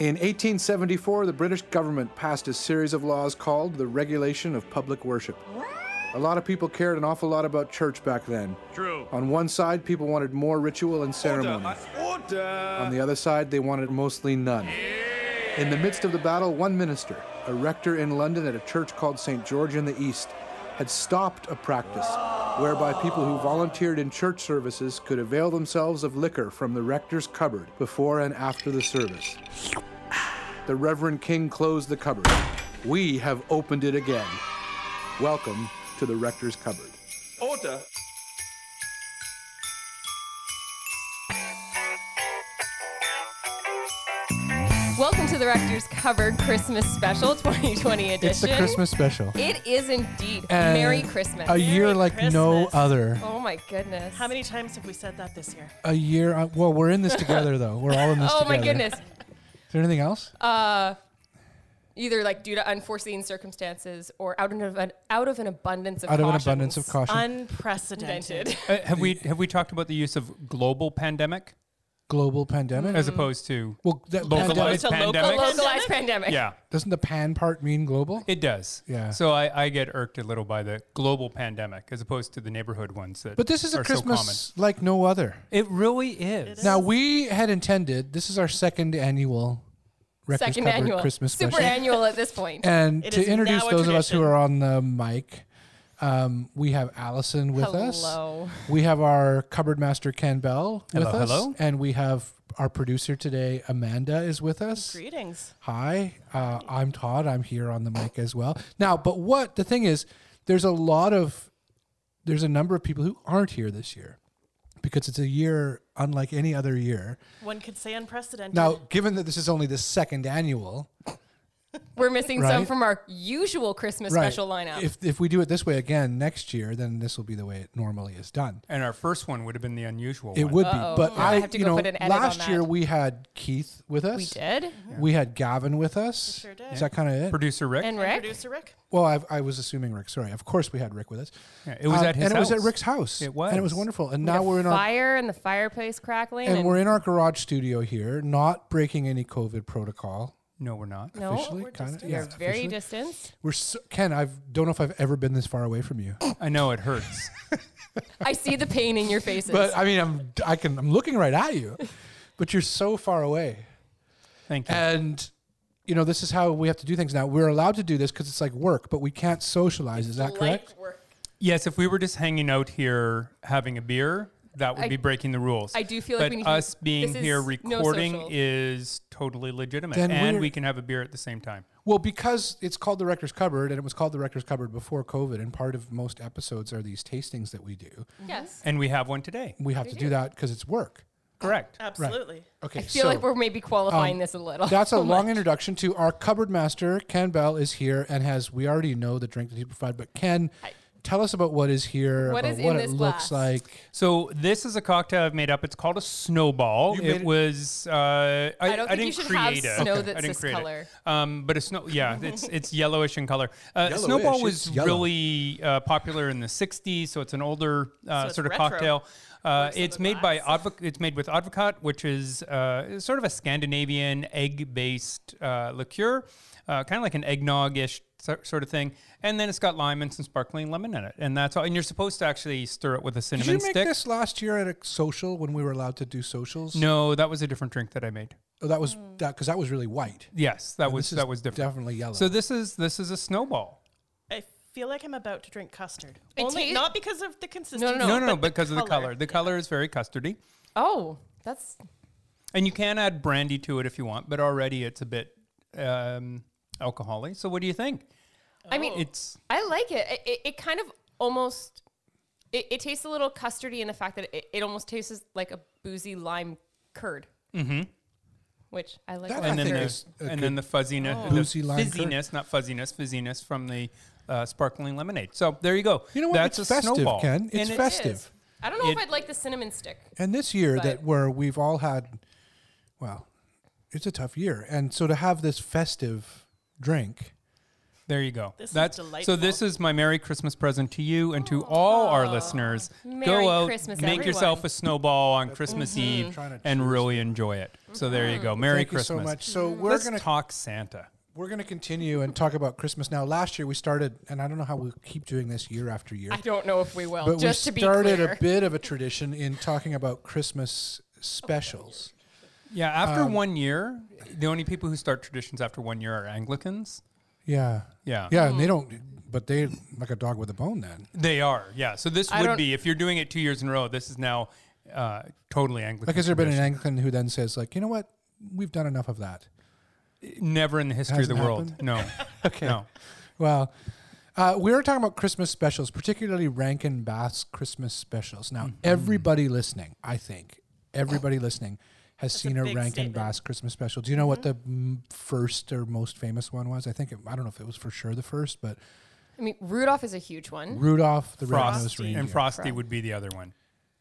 In 1874, the British government passed a series of laws called the Regulation of Public Worship. A lot of people cared an awful lot about church back then. True. On one side, people wanted more ritual and ceremony. Order. On Um, the other side, they wanted mostly none. In the midst of the battle, one minister, a rector in London at a church called St. George in the East, had stopped a practice whereby people who volunteered in church services could avail themselves of liquor from the rector's cupboard before and after the service. The Reverend King closed the cupboard. We have opened it again. Welcome to the rector's cupboard. Order. Welcome to the Rector's Covered Christmas Special 2020 edition. It's the Christmas special. It is indeed. And Merry Christmas. A year Merry like no Christmas. other. oh my goodness. How many times have we said that this year? A year. uh, Well, we're in this together though. We're all in this Oh together. my goodness. Is there anything else? Uh, either like due to unforeseen circumstances or out of an, out of an abundance of Out of an cautions. abundance of caution. Unprecedented. Invented. Uh, have we have we talked about the use of global pandemic Global Mm-hmm. pandemic. as opposed to Well, that pandemic, Opposed localized to local- A pandemic? localized pandemic. yeah, doesn't the pan part mean global? it does. Yeah. So I, I get irked a little by the global pandemic as opposed to the neighborhood ones that. But this is a are Christmas So like no other. common. It really is. Now we had intended this is our second annual Rector's Second Cupboard annual. Christmas Super special. annual at this point. and It to is now introduce a those of us who tradition. are on the mic, um, we have Allison with us. Hello. We have our cupboard master Ken Bell with Hello, us. hello. And we have our producer today, Amanda, is with us. Greetings. Hi, uh, I'm Todd. I'm here on the mic as well. Now, but what the thing is, there's a lot of, there's a number of people who aren't here this year because it's a year unlike any other year. One could say unprecedented. Now, given that this is only the second annual, We're missing some Right. from our usual Christmas special lineup. If, if we do it this way again next year, then this will be the way it normally is done. And our first one would have been the unusual It one. Uh, would Uh-oh. be, but Yeah. I, I have to you go know, put an edit on last year that. we had Keith with us. we did. We had Gavin with us. sure did. Is that kind of it? Producer Rick. And Rick. Producer Rick. well, I, I was assuming Rick. Sorry. Of course, we had Rick with us. Yeah, it was Um, at his and it was at house. Rick's house. It and it was was. wonderful. And We now got we're in our fire and the fireplace crackling. and we're in our garage studio here, not breaking any COVID protocol no, we're not. no, officially. we're kind of, very distanced. We're so, Ken. I don't know if I've ever been this far away from you. I know it hurts. I see the pain in your faces. But I mean, I'm I can I'm looking right at you, but you're so far away. Thank you. And you know, this is how we have to do things now. We're allowed to do this because it's like work, but we can't socialize. Is that correct? yes, if we were just hanging out here having a beer, that would I- be breaking the rules. I do feel like but we need to- us being this here is no recording social. is totally legitimate, Then and we're- we can have a beer at the same time. Well, because it's called the Rector's Cupboard, and it was called the Rector's Cupboard before COVID, and part of most episodes are these tastings that we do. yes. And we have one today. We have to do that because it's work. Correct. Absolutely. Okay, I feel so um, like we're maybe qualifying this a little. that's a long introduction to our cupboard master. Ken Bell is here and has we already know the drink that he provided, but Ken, tell us about what is here, What about is in what it this looks glass? like. So this is a cocktail I've made up. It's called a snowball. You made It it- was uh, I, I don't I think you didn't should have create it. snow I that's didn't this create it. color. Um, but a snow, yeah, it's it's yellowish in color. Uh, Yellowish, snowball it's was yellow. really uh, popular in the '60s, so it's an older uh, So it's sort of retro. cocktail. Uh, it's made by advoc- it's made with advocat, which is uh, sort of a Scandinavian egg-based uh, liqueur, uh, kind of like an eggnog-ish so- sort of thing. And then it's got lime and some sparkling lemon in it, and that's all. And you're supposed to actually stir it with a Did cinnamon you make stick. this last year at a social when we were allowed to do socials? No, that was a different drink that I made. Oh, that was that because that was really white. Yes, that And was this is that was different. Definitely yellow. So this is this is a snowball. I feel like I'm about to drink custard. It Only tastes- not because of the consistency. No, No, no, no, because of the color, color. The color is very custardy, oh, that's and you can add brandy to it if you want, but already it's a bit um, alcoholic. So what do you think? I mean, It's I like it. It, it, it kind of almost it, it tastes a little custardy in the fact that it, it almost tastes like a boozy lime curd. Mm-hmm. Which I like. That lime and then think curd. there's it's a and good Oh. then the fuzziness, the boozy lime curd. fizziness, not fuzziness, fizziness from the uh, sparkling lemonade. So there you go. You know what? That's It's a festive, snowball. Ken. It's And it- festive. It is. I don't know if It- I'd like the cinnamon stick. and this year that But- where we've all had, well, it's a tough year, and so to have this festive drink There you go. This is That's so. delightful. This is my Merry Christmas present to you and to all our listeners. Merry go out, Christmas, make everyone. yourself a snowball on Christmas Eve, Trying to and choose Mm-hmm. really enjoy it. So there you go. Merry Thank Christmas. you so much. So Mm-hmm. we're Let's gonna talk Santa. we're gonna continue and talk about Christmas now. Last year we started, and I don't know how we keep doing this year after year, I don't know if we will. but just we to be started clear, a bit of a tradition in talking about Christmas specials. Oh, Yeah, after Um, one year, the only people who start traditions after one year are Anglicans. Yeah, Yeah. yeah, Mm-hmm. and they don't, but they like a dog with a bone. Then They are. Yeah. So this I would don't- be if you're doing it two years in a row. This is now uh, totally Anglican. like, has there been an tradition. Anglican who then says like, you know what, we've done enough of that? never in the history of the Hasn't world? happened? No. okay. No. Well, uh, we were talking about Christmas specials, particularly Rankin Bass Christmas specials. Now, Mm-hmm. everybody listening, I think, everybody listening has a seen a, big Rankin statement. Mm-hmm. Bass Christmas special. Do you know what the mm, first or most famous one was? I think, it, I don't know if it was for sure the first, but I mean, Rudolph is a huge one. Rudolph the Red-Nosed Frosty Reindeer. and Frosty Fro- would be the other one,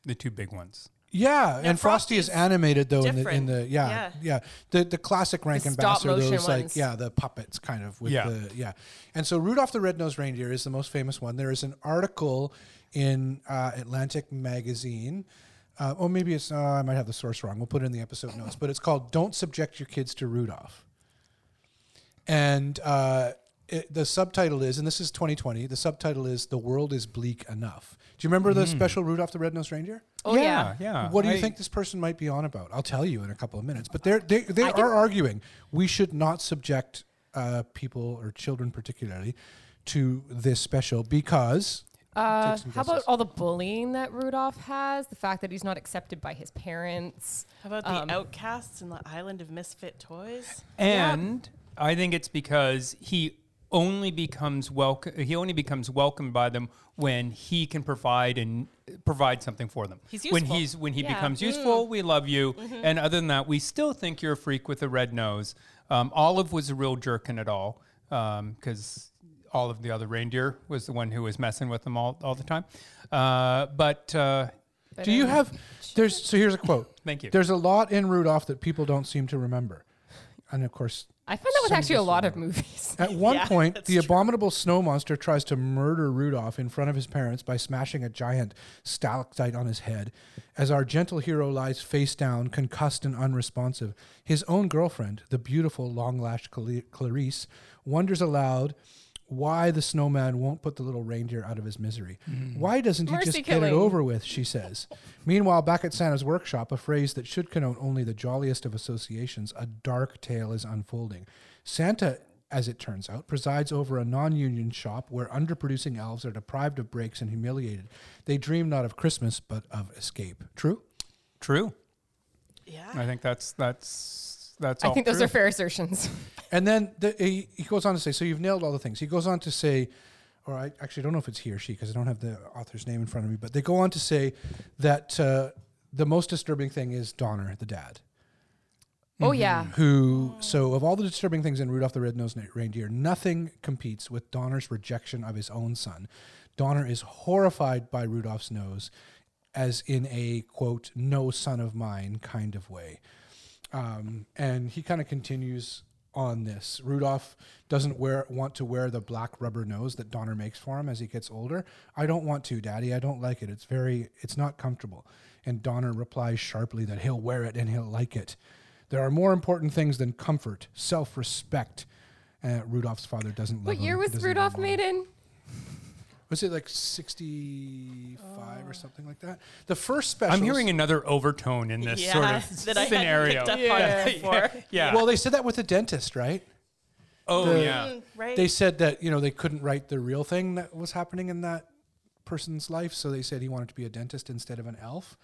the two big ones. Yeah, and Frosty is Frosty's animated though in the in different. the yeah yeah, Yeah. the the classic Rankin Bass are stop-motion those like ones. yeah the puppets kind of with Yeah. the yeah, and so Rudolph the Red Nosed Reindeer is the most famous one. There is an article in uh, Atlantic magazine. Uh, oh, maybe it's uh, I might have the source wrong. We'll put it in the episode notes, but it's called "Don't Subject Your Kids to Rudolph." And uh, it, the subtitle is, and this is 2020. The subtitle is "The World Is Bleak Enough." Do you remember the special Rudolph the Red Nosed Reindeer? Oh yeah. Yeah. What do you I- think this person might be on about? I'll tell you in a couple of minutes. But they're, they they I can- are arguing we should not subject uh, people or children particularly to this special because Uh, Take some how about guesses. all the bullying that Rudolph has? The fact that he's not accepted by his parents. How about Um, the outcasts in the island of misfit toys? And I think it's because he only becomes welcome. He only becomes welcomed by them when he can provide and provide something for them. He's When useful. he's when he Yeah. Mm. Mm-hmm. becomes useful, we love you. And other than that, we still think you're a freak with a red nose. Um, Olive was a real jerk in it all um, because Olive, the other reindeer, was the one who was messing with them all all the time. Uh, but uh, But do you I- have there's so here's a quote. Thank you. There's a lot in Rudolph that people don't seem to remember, and of course. I find that with some actually a just lot of movies. At one Yeah, point, that's the true. abominable snow monster tries to murder Rudolph in front of his parents by smashing a giant stalactite on his head. As our gentle hero lies face down, concussed and unresponsive, his own girlfriend, the beautiful long lashed Clarice, wonders aloud why the snowman won't put the little reindeer out of his misery. Mm. Why doesn't he Mercy just get it killing. over with? She says. Meanwhile, back at Santa's workshop, a phrase that should connote only the jolliest of associations, a dark tale is unfolding. Santa, as it turns out, presides over a non union shop where underproducing elves are deprived of breaks and humiliated. They dream not of Christmas, but of escape. True? true. I Yeah. think that's that's that's. Ah. I all think those true. are fair assertions. And then the, he, he goes on to say, so you've nailed all the things. He goes on to say, or I actually don't know if it's he or she because I don't have the author's name in front of me, but they go on to say that uh, the most disturbing thing is Donner, the dad. Oh yeah. Mm-hmm. who so of all the disturbing things in Rudolph the Red-Nosed Na- Reindeer, nothing competes with Donner's rejection of his own son. Donner is horrified by Rudolph's nose as in a quote no son of mine kind of way. Um, and he kind of continues on this. Rudolph doesn't wear want to wear the black rubber nose that Donner makes for him as he gets older. I don't want to, Daddy. I don't like it. It's very it's not comfortable. And Donner replies sharply that he'll wear it and he'll like it. There are more important things than comfort, self-respect. Uh, Rudolph's father doesn't love What year him. was doesn't Rudolph love him. made in? Was it like 65 Uh. or something like that? The first special. I'm hearing another overtone in this sort Yeah, of that I hadn't scenario. picked up on Yeah. before. yeah. Well, they said that with the dentist, right? oh, the- yeah. Mm, Right. They said that, you know, they couldn't write the real thing that was happening in that person's life. So they said he wanted to be a dentist instead of an elf,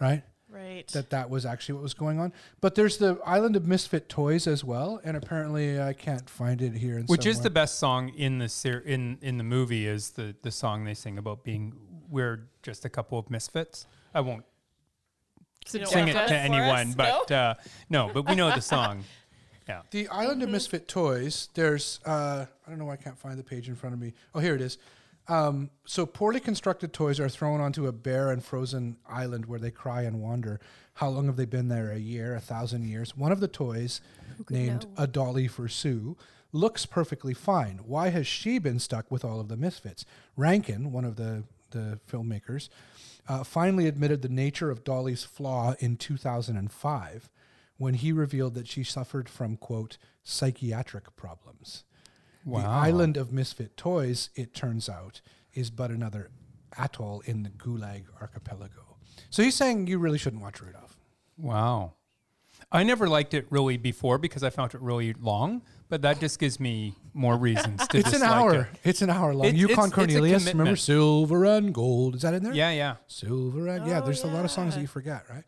right? right. That that was actually what was going on. But there's the Island of Misfit Toys as well. And apparently I can't find it here. In Which is the somewhere. best song in the ser- in in the movie is the the song they sing about being we're just a couple of misfits. I won't You don't sing wanna it play to for us? anyone, No? but uh, no, but we know the song. Yeah. The Island of Misfit Toys, there's, uh, I don't know why I can't find the page in front of me. Oh, here it is. Um, so, poorly constructed toys are thrown onto a bare and frozen island where they cry and wander. How long have they been there? A year, a thousand years? One of the toys, named A Dolly for Sue, looks perfectly fine. Why has she been stuck with all of the misfits? Rankin, one of the, the filmmakers, uh, finally admitted the nature of Dolly's flaw in 2005 when he revealed that she suffered from, quote, psychiatric problems. The island of misfit toys, it turns out, is but another atoll in the Gulag archipelago. So he's saying you really shouldn't watch Rudolph. Wow. I never liked it really before because I found it really long, but that just gives me more reasons to It's an dislike hour. it. It's an hour long. It's- it's- Yukon it's a Cornelius. Remember commitment. silver and gold? Is that in there? Yeah, yeah. Silver and yeah. There's a lot of songs that you forget, right?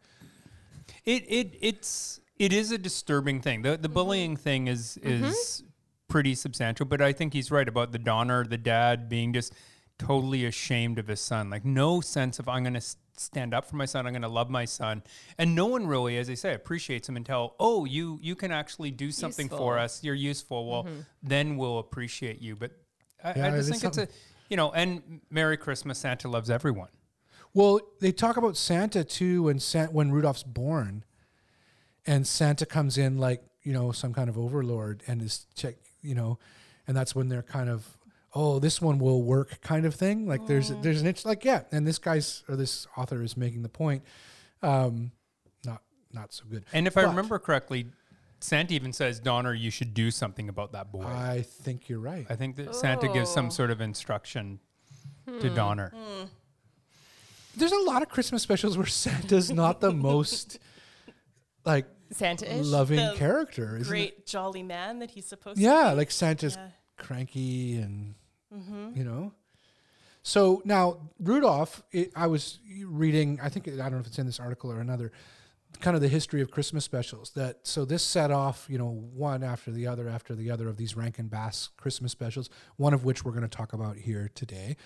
It it it's it is a disturbing thing. The the bullying thing is is pretty substantial, but I think he's right about the Donner, the dad being just totally ashamed of his son. Like no sense of I'm going to stand up for my son. I'm going to love my son. And no one really as they say appreciates him until, "Oh, you you can actually do something for Useful. us. You're useful. Well, then we'll appreciate you." But I, Yeah, I just it think is it's a you know, and Merry Christmas, Santa loves everyone. Well, they talk about Santa too when San- when Rudolph's born, and Santa comes in like you know some kind of overlord and is check you know, and that's when they're kind of oh this one will work kind of thing like there's there's an itch like yeah and this guy's or this author is making the point, um, not not so good. And if I But remember correctly, Santa even says, Donner, you should do something about that boy. I think you're right. I think that Santa gives Oh. some sort of instruction Hmm. to Donner. There's a lot of Christmas specials where Santa's not the most like Santa ish. loving The character, isn't it? Great jolly man that he's supposed to Yeah, like Santa's Yeah. Mm-hmm. cranky and you know. So now Rudolph, it, I was reading. I think I don't know if it's in this article or another. Kind of the history of Christmas specials. That so this set off, you know, one after the other after the other of these Rankin Bass Christmas specials. One of which we're going to talk about here today,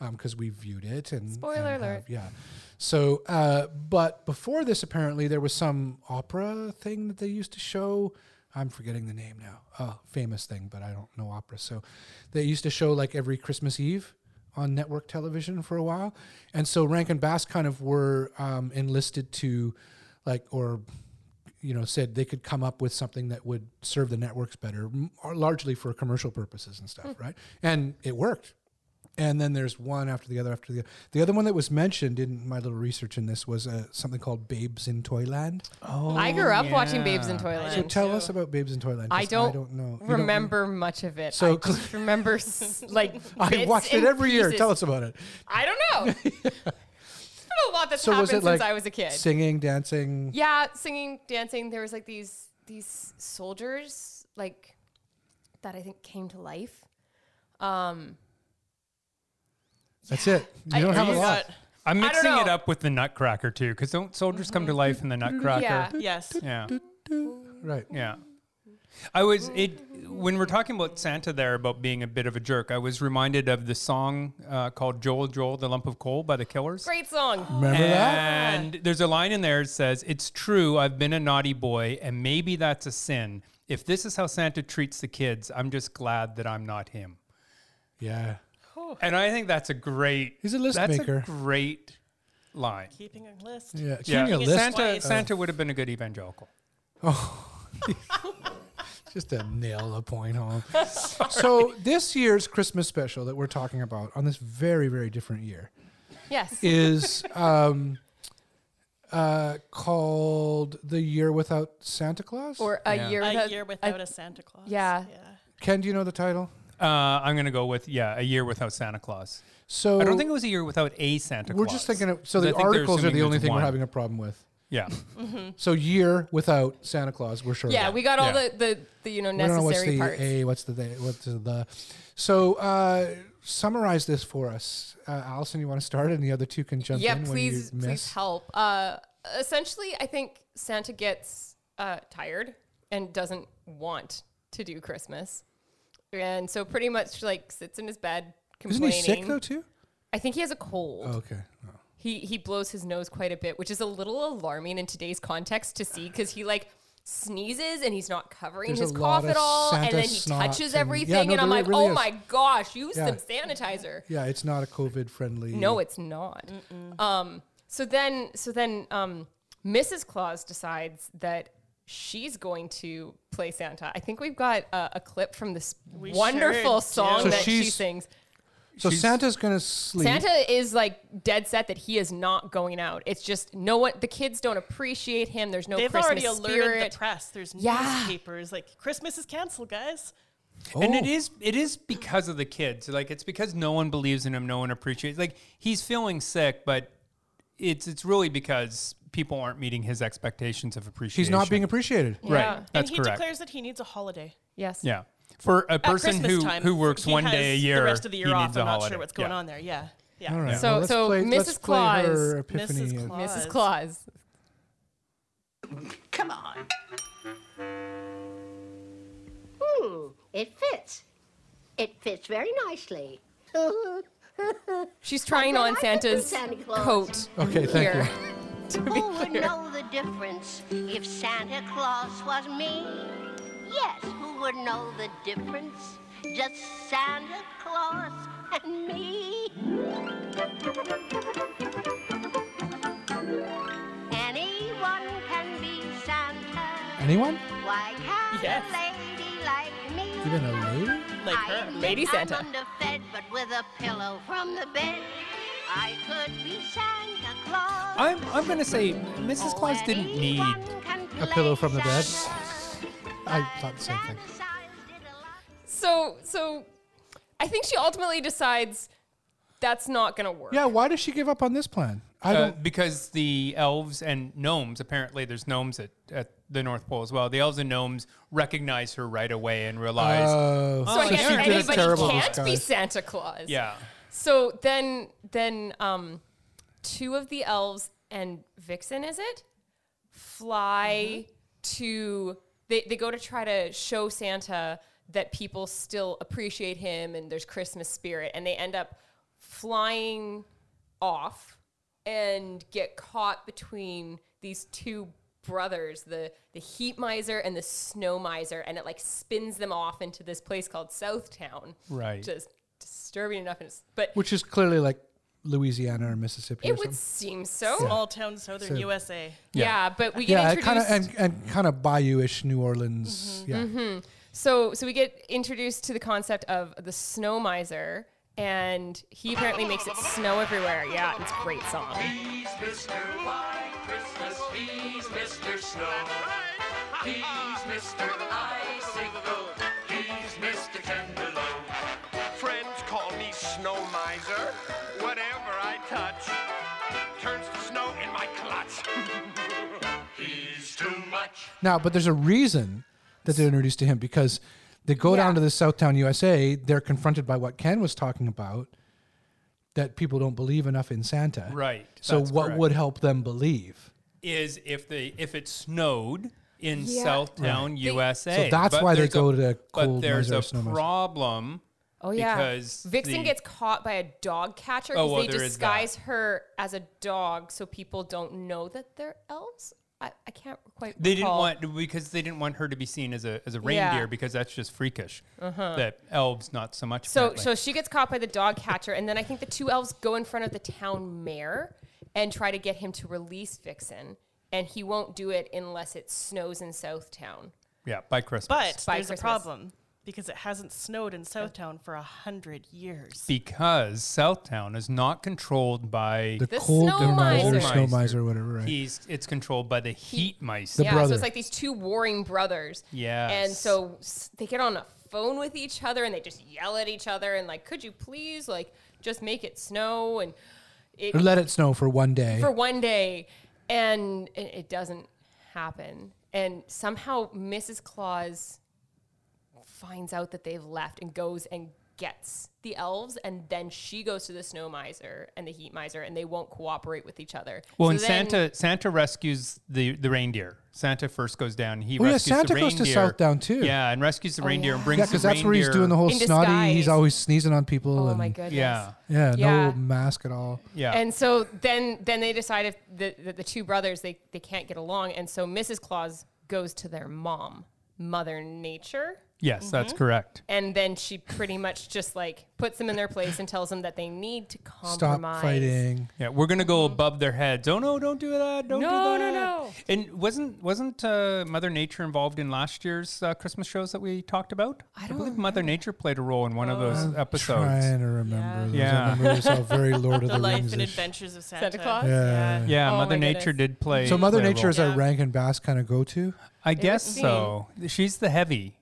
because we viewed it. And Spoiler and have- alert. yeah. So, uh, but before this, apparently there was some opera thing that they used to show. I'm forgetting the name now. Oh, famous thing, but I don't know opera. So, they used to show like every Christmas Eve on network television for a while, and so Rankin Bass kind of were um, enlisted to, like, or you know, said they could come up with something that would serve the networks better, m- or largely for commercial purposes and stuff, right? And it worked and then there's one after the other after the other. The other one that was mentioned in my little research in this was uh, something called Babes in Toyland. I grew up watching Babes in yeah. Toyland. Oh, So tell us about Babes in Toyland. 'cause I don't, I don't know. You don't- remember much of it. So I just remember s- like I bits watched it and every year. pieces. Tell us about it. I don't know. There's been a lot that's So happened was it since like I was a kid. Singing, dancing. yeah, singing, dancing. There was like these these soldiers like that I think came to life. Um, That's it. You don't I, have a you lot. got- I'm I don't mixing it know. Mm-hmm. up with the Nutcracker, too, because don't soldiers come to life in the Nutcracker? Yeah. do. Yes. yeah. Right. Yeah. I was it when we're talking about Santa there about being a bit of a jerk. I was reminded of the song uh, called "Joel, Joel, the Lump of Coal" by the Killers. Great song. Remember that? and there's a line in there that says, It's true, I've been a naughty boy, and maybe that's a sin. If this is how Santa treats the kids, I'm just glad that I'm not him. Yeah. And I think that's a great He's a list that's maker. A great line. Keeping a list. Yeah. Yeah. Keeping a list. Santa Twice. Santa would have been a good evangelical. just to nail the point home. so this year's Christmas special that we're talking about on this very very different year. Yes. is um, uh, called The Year Without Santa Claus. or a Yeah. year A without. year without a Santa Claus. yeah. Ken, do you know the title? Uh, I'm gonna go with yeah, a year without Santa Claus. So I don't think it was a year without a Santa we're Claus. just thinking of. So I the think they're articles are assuming the only there's thing one. we're having a problem with. Yeah. So year without Santa Claus, we're short. Mm-hmm. yeah, of. we got all Yeah. the, the the you know We don't know what's necessary the parts. a, what's the they, what's the. So uh, summarize this for us, uh, Allison. You want to start, and the other two can jump yeah in please uh, when you please miss. help uh essentially i think santa gets uh tired and doesn't want to do christmas and so pretty much like sits in his bed Isn't complaining he sick though too? i think he has a cold Okay. Oh. he he blows his nose quite a bit which is a little alarming in today's context to see because he like sneezes and he's not covering There's a his cough lot of at all Santa and then he snot touches and- yeah, everything no, and i'm there like really oh is. my gosh use Yeah. some sanitizer Yeah, it's not a COVID friendly. no, it's not. Um, so then, so then, um, Mrs. Claus decides that she's going to play Santa. I think we've got uh, a clip from this We wonderful sure do. song So that she she's- sings. So She's- Santa's gonna sleep. Santa is like dead set that he is not going out. It's just no one. The kids don't appreciate him. There's no They've Oh, Christmas already alerted spirit. the press. There's Yeah. newspapers like Christmas is canceled, guys. And it Oh. is it is because of the kids. Like it's because no one believes in him, no one appreciates. Like he's feeling sick, but it's it's really because people aren't meeting his expectations of appreciation. He's not being appreciated. right. Yeah. and That's he correct. declares that he needs a holiday. yes. yeah, for a person Christmas who time, who works he one has day a year, The rest of the year he off. needs a I'm not holiday. sure what's going Yeah. on there. Yeah. Yeah. All right. So- well, let's so play, let's Mrs. play her Claus- epiphany Mrs. of- Claus. Mrs. Claus. Come on. Hmm, it fits. It fits very nicely. She's trying then I on could be Santa's Santa Claus. coat. Okay, thank here. you. Who would Oh, know the difference if Santa Claus was me? Yes, who would know the difference? Just Santa Claus and me. Anyone can be Santa. Anyone? Why can't Yes. a lady like me? Even a lady? Like I her. admit Lady Santa. I'm underfed, but with a pillow from the bed, I could be Santa Claus. I'm I'm gonna say Mrs. Claus didn't need. A pillow from the bed? I thought the same thing. So so, I think she ultimately decides that's not gonna work. Yeah, why does she give up on this plan? I Uh, don't. because the elves and gnomes apparently there's gnomes at, at the North Pole as well. The elves and gnomes recognize her right away and realize, Oh, So I Oh, guess yeah. She did a anybody terrible can't be disguise. Santa Claus. yeah, So then then um, two of the elves and Vixen is it fly to they they go to try to show Santa that people still appreciate him and there's Christmas spirit and they end up flying off and get caught between these two brothers the the heat miser and the snow miser and it like spins them off into this place called southtown Right. just disturbing enough and it's, but which is clearly like Louisiana or Mississippi. or it something. would seem so yeah, Small town southern USA. but we get yeah, it introduced Mm-hmm. kind of and, and kind of bayou-ish New Orleans. Yeah, so so we get introduced to the concept of the snow miser and he apparently makes it snow everywhere yeah it's a great song He's Mr. White Christmas. He's Mr. Snow. He's Mr. Icicle. He's Mr. Tenderloaf. Friends call me Snow Miser. Whatever I touch turns to snow in my clutch. He's too much. Now, but there's a reason that they're introduced to him because they go Yeah. down to the Southtown USA. They're confronted by what Ken was talking about that people don't believe enough in Santa. Right, So that's what correct. would help them believe? is if they if it snowed in Yeah. Southtown, USA. So that's But why they there's go a, to the But cold there's miser or a snow miser. problem. Oh yeah, because Vixen the- gets caught by a dog catcher Oh, because well, they there is disguise her as a dog so people don't know that they're elves. I, I can't quite. They didn't recall. want because they didn't want her to be seen as a as a reindeer Yeah. Uh-huh. because that's just freakish. That elves not so much. So apparently. so she gets caught by the dog catcher, and then I think the two elves go in front of the town mayor and try to get him to release Vixen, and he won't do it unless it snows in Southtown. yeah, by Christmas. But By there's Christmas. a problem because it hasn't snowed in Southtown for a hundred years. because Southtown is not controlled by The, The cold snow miser, miser. snow miser, whatever. Right? he's it's controlled by the heat mice. The yeah, so brother. it's like these two warring brothers. Yes. And so s- they get on a phone with each other and they just yell at each other and like, could you please like just make it snow and it or let it snow for one day. for one day, and it it doesn't happen. And somehow Mrs. Claus finds out that they've left and goes and gets the elves, and then she goes to the snow miser and the heat miser, and they won't cooperate with each other. Well, So and then- Santa Santa rescues the, the reindeer. Santa first goes down. He Well, Oh, yeah, rescues Santa the goes reindeer. to Southdown, too. Yeah, and rescues Oh, the reindeer and brings yeah, because because that's where he's doing the whole In snotty. He's disguise. always sneezing on people. Oh and, my goodness. Yeah, Yeah, Yeah. no mask at all. yeah. And so then, then they decide if the, the, the two brothers they, they can't get along, and so Mrs. Claus goes to their mom, Mother Nature, Yes, that's Mm-hmm. correct. And then she pretty much just like puts them in their place and tells them that they need to Stop compromise. fighting. Yeah, we're gonna go above their heads. Oh no, don't do that! Don't Mm-hmm. No, do no, that! no. And wasn't wasn't uh, Mother Nature involved in last year's uh, Christmas shows that we talked about? I, don't believe Mother Nature played a role in one of those episodes. Trying to remember. those. Yeah. I remember this all very Lord of the, The life Rings. and adventures of Santa, Santa Claus? Yeah. Yeah, Oh Mother my Nature goodness. did play. So Mother play a Nature role. is our Rankin Bass kind of go to. I guess would seem. so. She's the heavy.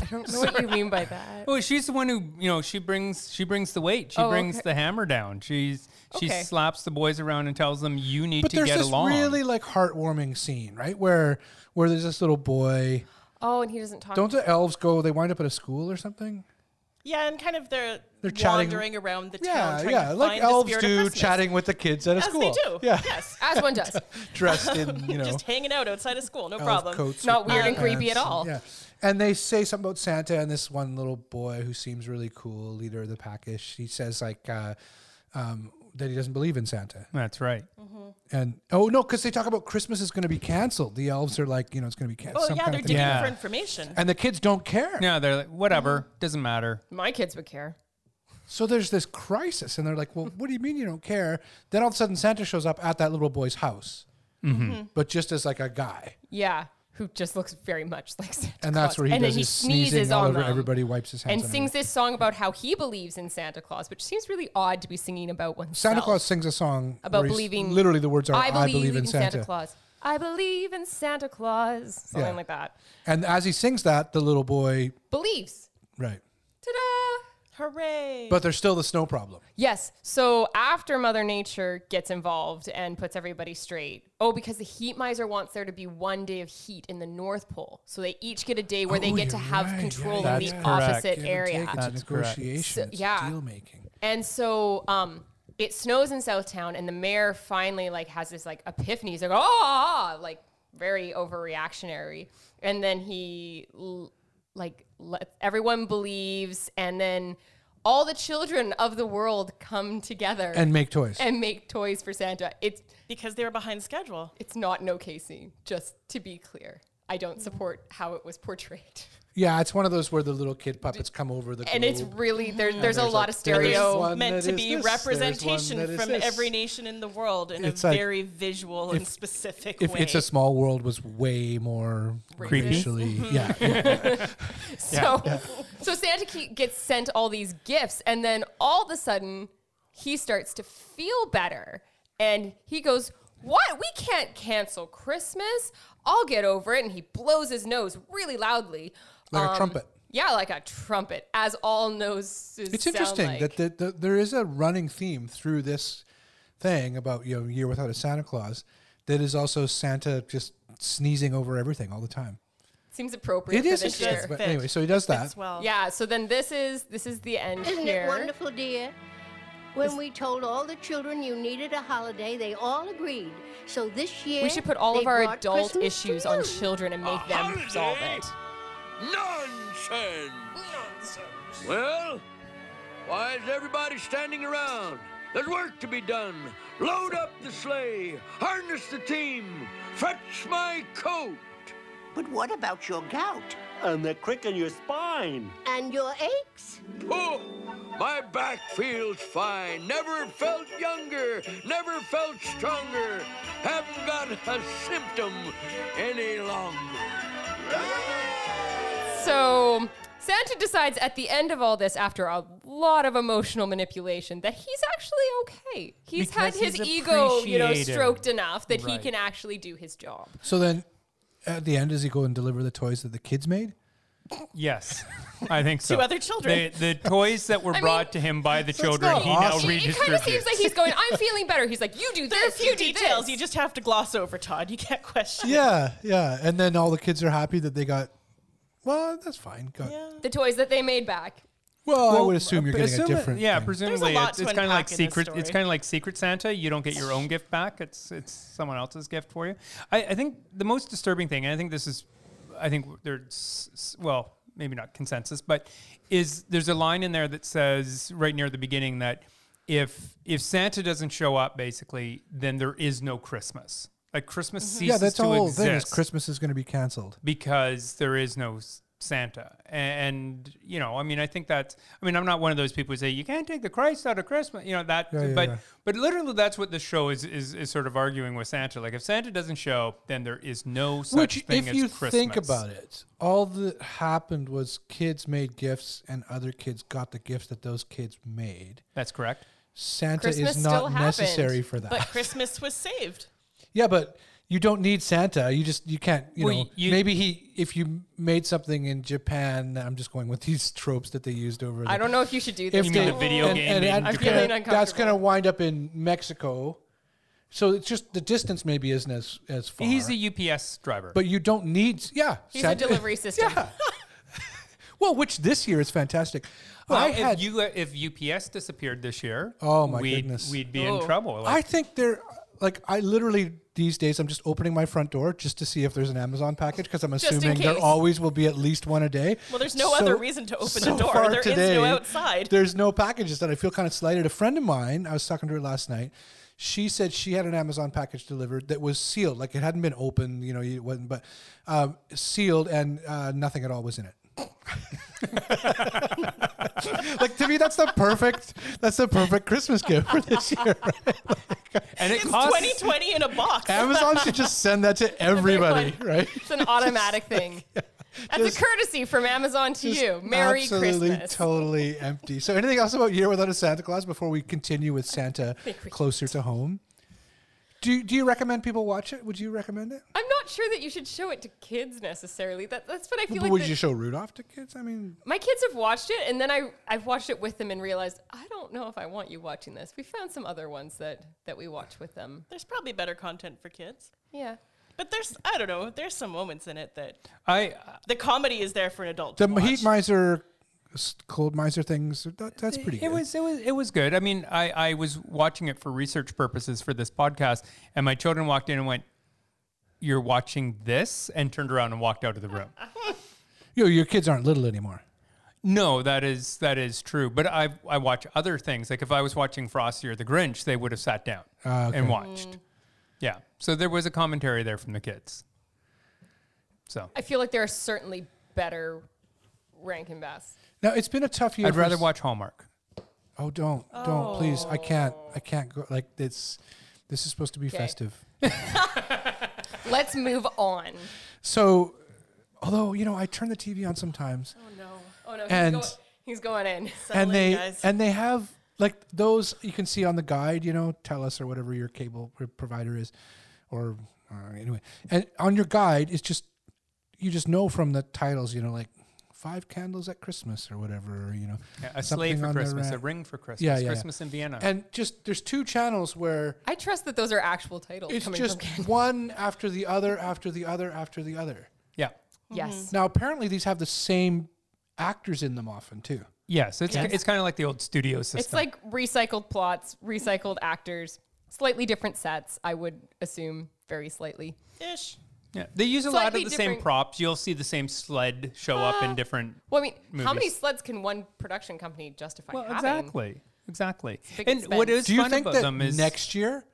I don't know what you mean by that. Well, she's the one who you know she brings she brings the weight. She Oh, brings okay. the hammer down. She's she Okay. slaps the boys around and tells them you need But to there's get this along. really like heartwarming scene, right? Where where there's this little boy. Oh, and he doesn't talk. Don't the elves go? They wind up at a school or something. Yeah, and kind of they're, They're chatting- wandering around the town. Yeah, trying yeah, to like find elves the spirit of do, Christmas. chatting with the kids at a As school. they do. Yeah, Yes. as one does. dressed in you know Just hanging out outside of school, no elf problem. coats, Not with weird black and creepy pants at all. yeah, and they say something about Santa and this one little boy who seems really cool, leader of the package. He says like uh, um, that he doesn't believe in Santa, That's right. Mm-hmm. and oh no, because they talk about Christmas is going to be canceled. The elves are like you know it's going to be canceled. Oh yeah, they're digging Yeah. for information. and the kids don't care. Yeah, they're like whatever Mm-hmm. doesn't matter. My kids would care. So there's this crisis, and they're like, "Well, what do you mean you don't care?" Then all of a sudden, Santa shows up at that little boy's house, Mm-hmm. Mm-hmm. but just as like a guy, Yeah, who just looks very much like Santa and that's Claus. where he and does then he his sneezing sneezes all on over them everybody, wipes his hands, and on sings everything. this song about how he believes in Santa Claus, which seems really odd to be singing about oneself. Santa Claus sings a song about where he's- believing. Literally, the words are, "I believe, in Santa." Claus. I believe in Santa Claus. Something Yeah. like that. And as he sings that, the little boy, Believes. right? Ta-da! Hooray! But there's still the snow problem. Yes. So after Mother Nature gets involved and puts everybody straight. Oh, because the heat miser wants there to be one day of heat in the North Pole. So they each get a day where they Oh, get to you're have right. control Yeah, of yeah, the yeah. opposite Give and area. take, It's That's a correct. negotiation. So- it's yeah. deal making. And so um, it snows in Southtown, and the mayor finally like has this like epiphany. He's like, oh, like very overreactionary, and then he l- like let everyone believes, and then all the children of the world come together And make toys. and make toys for Santa. It's because they were behind schedule. it's not no casing, just to be clear. I don't support how it was portrayed. yeah, it's one of those where the little kid puppets come over the. And it's globe. really there, there's, a there's, like, lot of there's stereo one that meant to is be this, there's one that representation is from this. every nation in the world in It's a like- very visual and if- specific if way. it's a small world was way more Creepy? Mm-hmm. racially yeah, yeah. So, so Santa ke- gets sent all these gifts, and then all of a sudden, he starts to feel better, and he goes, "What? We can't cancel Christmas. I'll get over it." And he blows his nose really loudly, like Um, a trumpet yeah, like a trumpet, as all noses. it's sound interesting like. that the, the, there is a running theme through this thing about you know year without a santa claus that is also santa just sneezing over everything all the time seems appropriate. it for is this interesting year. but Fit. anyway so he does that Fits well. Yeah. So then this is this is the end Isn't here. it wonderful, dear? When we told all the children you needed a holiday, they all agreed. So this year We should put all they of our brought adult Christmas issues to on you. children and make them holiday? solve it. Nonsense! Well, why is everybody standing around? There's work to be done. Load up the sleigh, harness the team, fetch my coat. But what about your gout And the crick in your spine. and your aches? Oh, my back feels fine. Never felt younger, never felt stronger. Haven't got a symptom any longer. So Santa decides at the end of all this, after a lot of emotional manipulation, that he's actually okay. He's Because had his he's ego, you know, appreciated. stroked enough that he Right. can actually do his job. so then at the end does he go and deliver the toys that the kids made Yes, I think so. other children. The, the toys that were mean, brought to him by the children, not he awesome. now It, redistributes. kind of seems like he's going, I'm feeling better. He's like, you do There are a this, few you do details this. you just have to gloss over, Todd. You can't question. yeah yeah and then all the kids are happy that they got well that's fine got, the toys that they made back. well, i Well, would assume you're but getting assume a it- different Yeah, thing. presumably lot it's, to it's kind of like unpack in this secret. It's story. kind of like Secret Santa. You don't get your own gift back. It's it's someone else's gift for you. I, I think the most disturbing thing, and I think this is, I think there's s- well maybe not consensus, but is there's a line in there that says right near the beginning that if if Santa doesn't show up, basically, then there is no Christmas. Like Christmas Mm-hmm. ceases yeah, that's to the whole exist thing. Is Christmas is going to be canceled. because there is no s- Santa. A- And, you know, I mean, I think that's, I mean, I'm not one of those people who say you can't take the Christ out of Christmas, you know, that, Yeah, yeah, but, yeah. but literally that's what the show is, is, is sort of arguing with Santa. Like if Santa doesn't show, then there is no such Which, thing if as you Christmas. think about it, all that happened was kids made gifts, and other kids got the gifts that those kids made. That's correct. Santa Christmas is still not happened, necessary for that. But Christmas was saved. yeah, but you don't need Santa. You just you can't. You Well, know, you- maybe he if you made something in Japan. I'm just going with these tropes that they used over. I the- don't know if you should do this. You mean the but- video game made in that's Japan? gonna- I'm feeling That's going to uncomfortable. wind up in Mexico. So it's just the distance maybe isn't as as far. He's a UPS driver. but you don't need yeah. He's a Santa- delivery system. Well, which this year is fantastic. Well, I if had you uh, if UPS disappeared this year, Oh, my we'd, goodness. we'd be in Oh. trouble. I Like, think there like I literally these days I'm just opening my front door just to see if there's an Amazon package because I'm in assuming there case. always will be at least one a day. Well, there's no other reason to open the door. far There is no outside. There's no packages that I feel kind of slighted. A friend of mine, I was talking to her last night. She said she had an Amazon package delivered that was sealed, like it hadn't been opened. You know, it wasn't, but um, sealed and uh, nothing at all was in it. like to me, that's the perfect. That's the perfect Christmas gift for this year. right? and it It's costs 2020 in a box. Amazon should just send that to everybody, right? It's an automatic thing. That's just- a courtesy from Amazon to Just you. Merry absolutely, Christmas. totally empty. So, anything else about year without a Santa Claus before we continue with Santa think we closer to home? Do Do you recommend people watch it? Would you recommend it? I'm not sure that you should show it to kids necessarily. That, that's what I feel like. would the- you show Rudolph to kids? I mean, my kids have watched it, and then I I've watched it with them and realized I don't know if I want you watching this. We found some other ones that that we watch with them. There's probably better content for kids. Yeah. But there's, I don't know, there's some moments in it that I the comedy is there for an adult. the to watch. heat miser, s- cold miser things. That, that's pretty. it good. was it was it was good. I mean, I I was watching it for research purposes for this podcast, and my children walked in and went, "You're watching this," and turned around and walked out of the room. Yo, your kids aren't little anymore. no, that is that is true. But I I watch other things. Like if I was watching Frosty or The Grinch, they would have sat down Ah, okay. and watched. Yeah. So there was a commentary there from the kids. So I feel like there are certainly better Rankin Bass. Now it's been a tough year. I'd for rather s- watch Hallmark. Oh, don't, don't, please. I can't. Oh. I can't go. Like it's. This is supposed to be festive. Let's move on. So, although you know, I turn the TV on sometimes, Oh no. Oh no. He's, And- going, he's going in. Settle and in, they guys. and they have like those you can see on the guide, you know, tell us or whatever your cable pr- provider is, or uh, anyway, and on your guide, it's just you just know from the titles, you know, like five candles at Christmas or whatever, or, you know, A sleigh something for on the Christmas, ra- a ring for Christmas, Yeah, yeah, yeah. Christmas in Vienna. and just there's two channels where I trust that those are actual titles it's coming just from Ken. one after the other after the other after the other. yeah. Yes. Now apparently these have the same actors in them often too. Yes, it's it's kind of like the old studio system. It's like recycled plots, recycled actors, slightly different sets, I would assume, very slightly. Ish. Yeah, they use a lot of Slightly the same different- Uh, props. You'll see the same sled show up in different. Well, I mean, how many Movies. sleds can one production company justify Well, having? exactly, exactly. big And what expense. is Do you fun think about that them is next year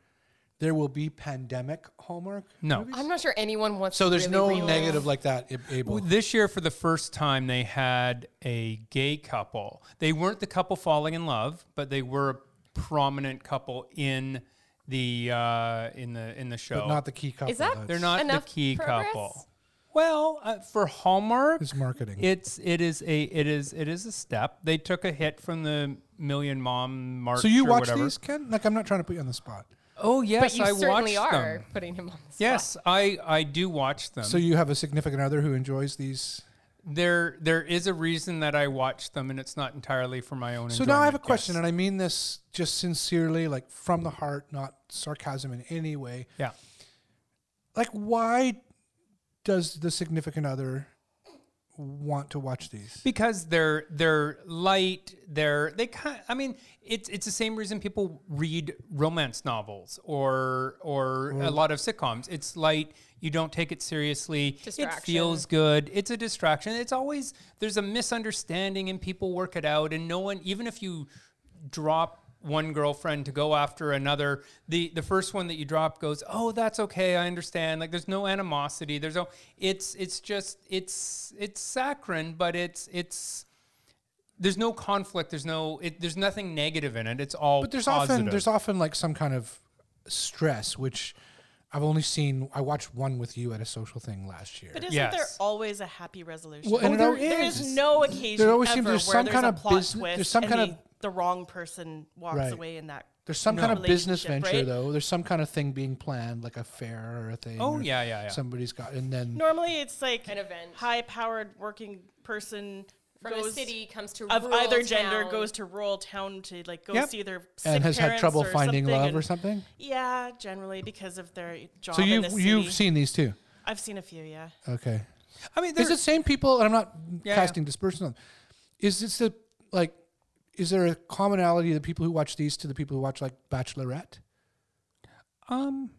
there will be pandemic Hallmark? no. I'm not sure anyone wants So there's really no real- negative like that, Ab- Abel. This year, for the first time, they had a gay couple. They weren't the couple falling in love, but they were a prominent couple in the uh, in the in the show. But not the key couple. Is that They're not the enough key progress? couple. Well, uh, for Hallmark, It's marketing. It's it is a it is it is a step. They took a hit from the Million Mom March. so you or watch whatever. these, Ken? Like I'm not trying to put you on the spot. Oh yes, But you I certainly watched are them. putting him on the spot. Yes, I I do watch them. So you have a significant other who enjoys these. there there is a reason that I watch them, and it's not entirely for my own. So now I have a enjoyment, question, yes. and I mean this just sincerely, like from the heart, not sarcasm in any way. Yeah, Like, why does the significant other want to watch these? because they're they're light. They're they kind. I mean, it's it's the same reason people read romance novels or or a lot of sitcoms. It's light. You don't take it seriously. It Distraction. feels feels good. It's a distraction. It's always there's a misunderstanding and people work it out and no one even if you drop one girlfriend to go after another. The the first one that you drop goes, "Oh, that's okay. I understand." Like there's no animosity. There's no it's it's just it's it's saccharine, but it's it's there's no conflict. There's no it, there's nothing negative in it. It's all But there's often positive. there's often like some kind of stress, which I've only seen. I watched one with you at a social thing last year. But isn't Yes. there always a happy resolution? Well, and Oh, it there, there there is. is no occasion There always ever seems there's where some there's kind a of plot business- twist there's some and kind the, of- the wrong person walks Right. away in that. There's some kind of business relationship, venture right? though. There's some kind of thing being planned, like a fair or a thing. Oh, or yeah, yeah, yeah. Somebody's got, and then Normally, it's like An event. High-powered working person From goes a city comes to of rural either gender town. goes to rural town to like go Yep. see their sick and has had parents trouble or finding something, love and- or something. Yeah, generally because of their job. So in you've the you've city. seen these two. I've seen a few. Yeah. Okay. I mean, Is there's it same people? And I'm not Yeah, casting dispersion on. Is this the like? Is there a commonality of the people who watch these to the people who watch like Bachelorette? um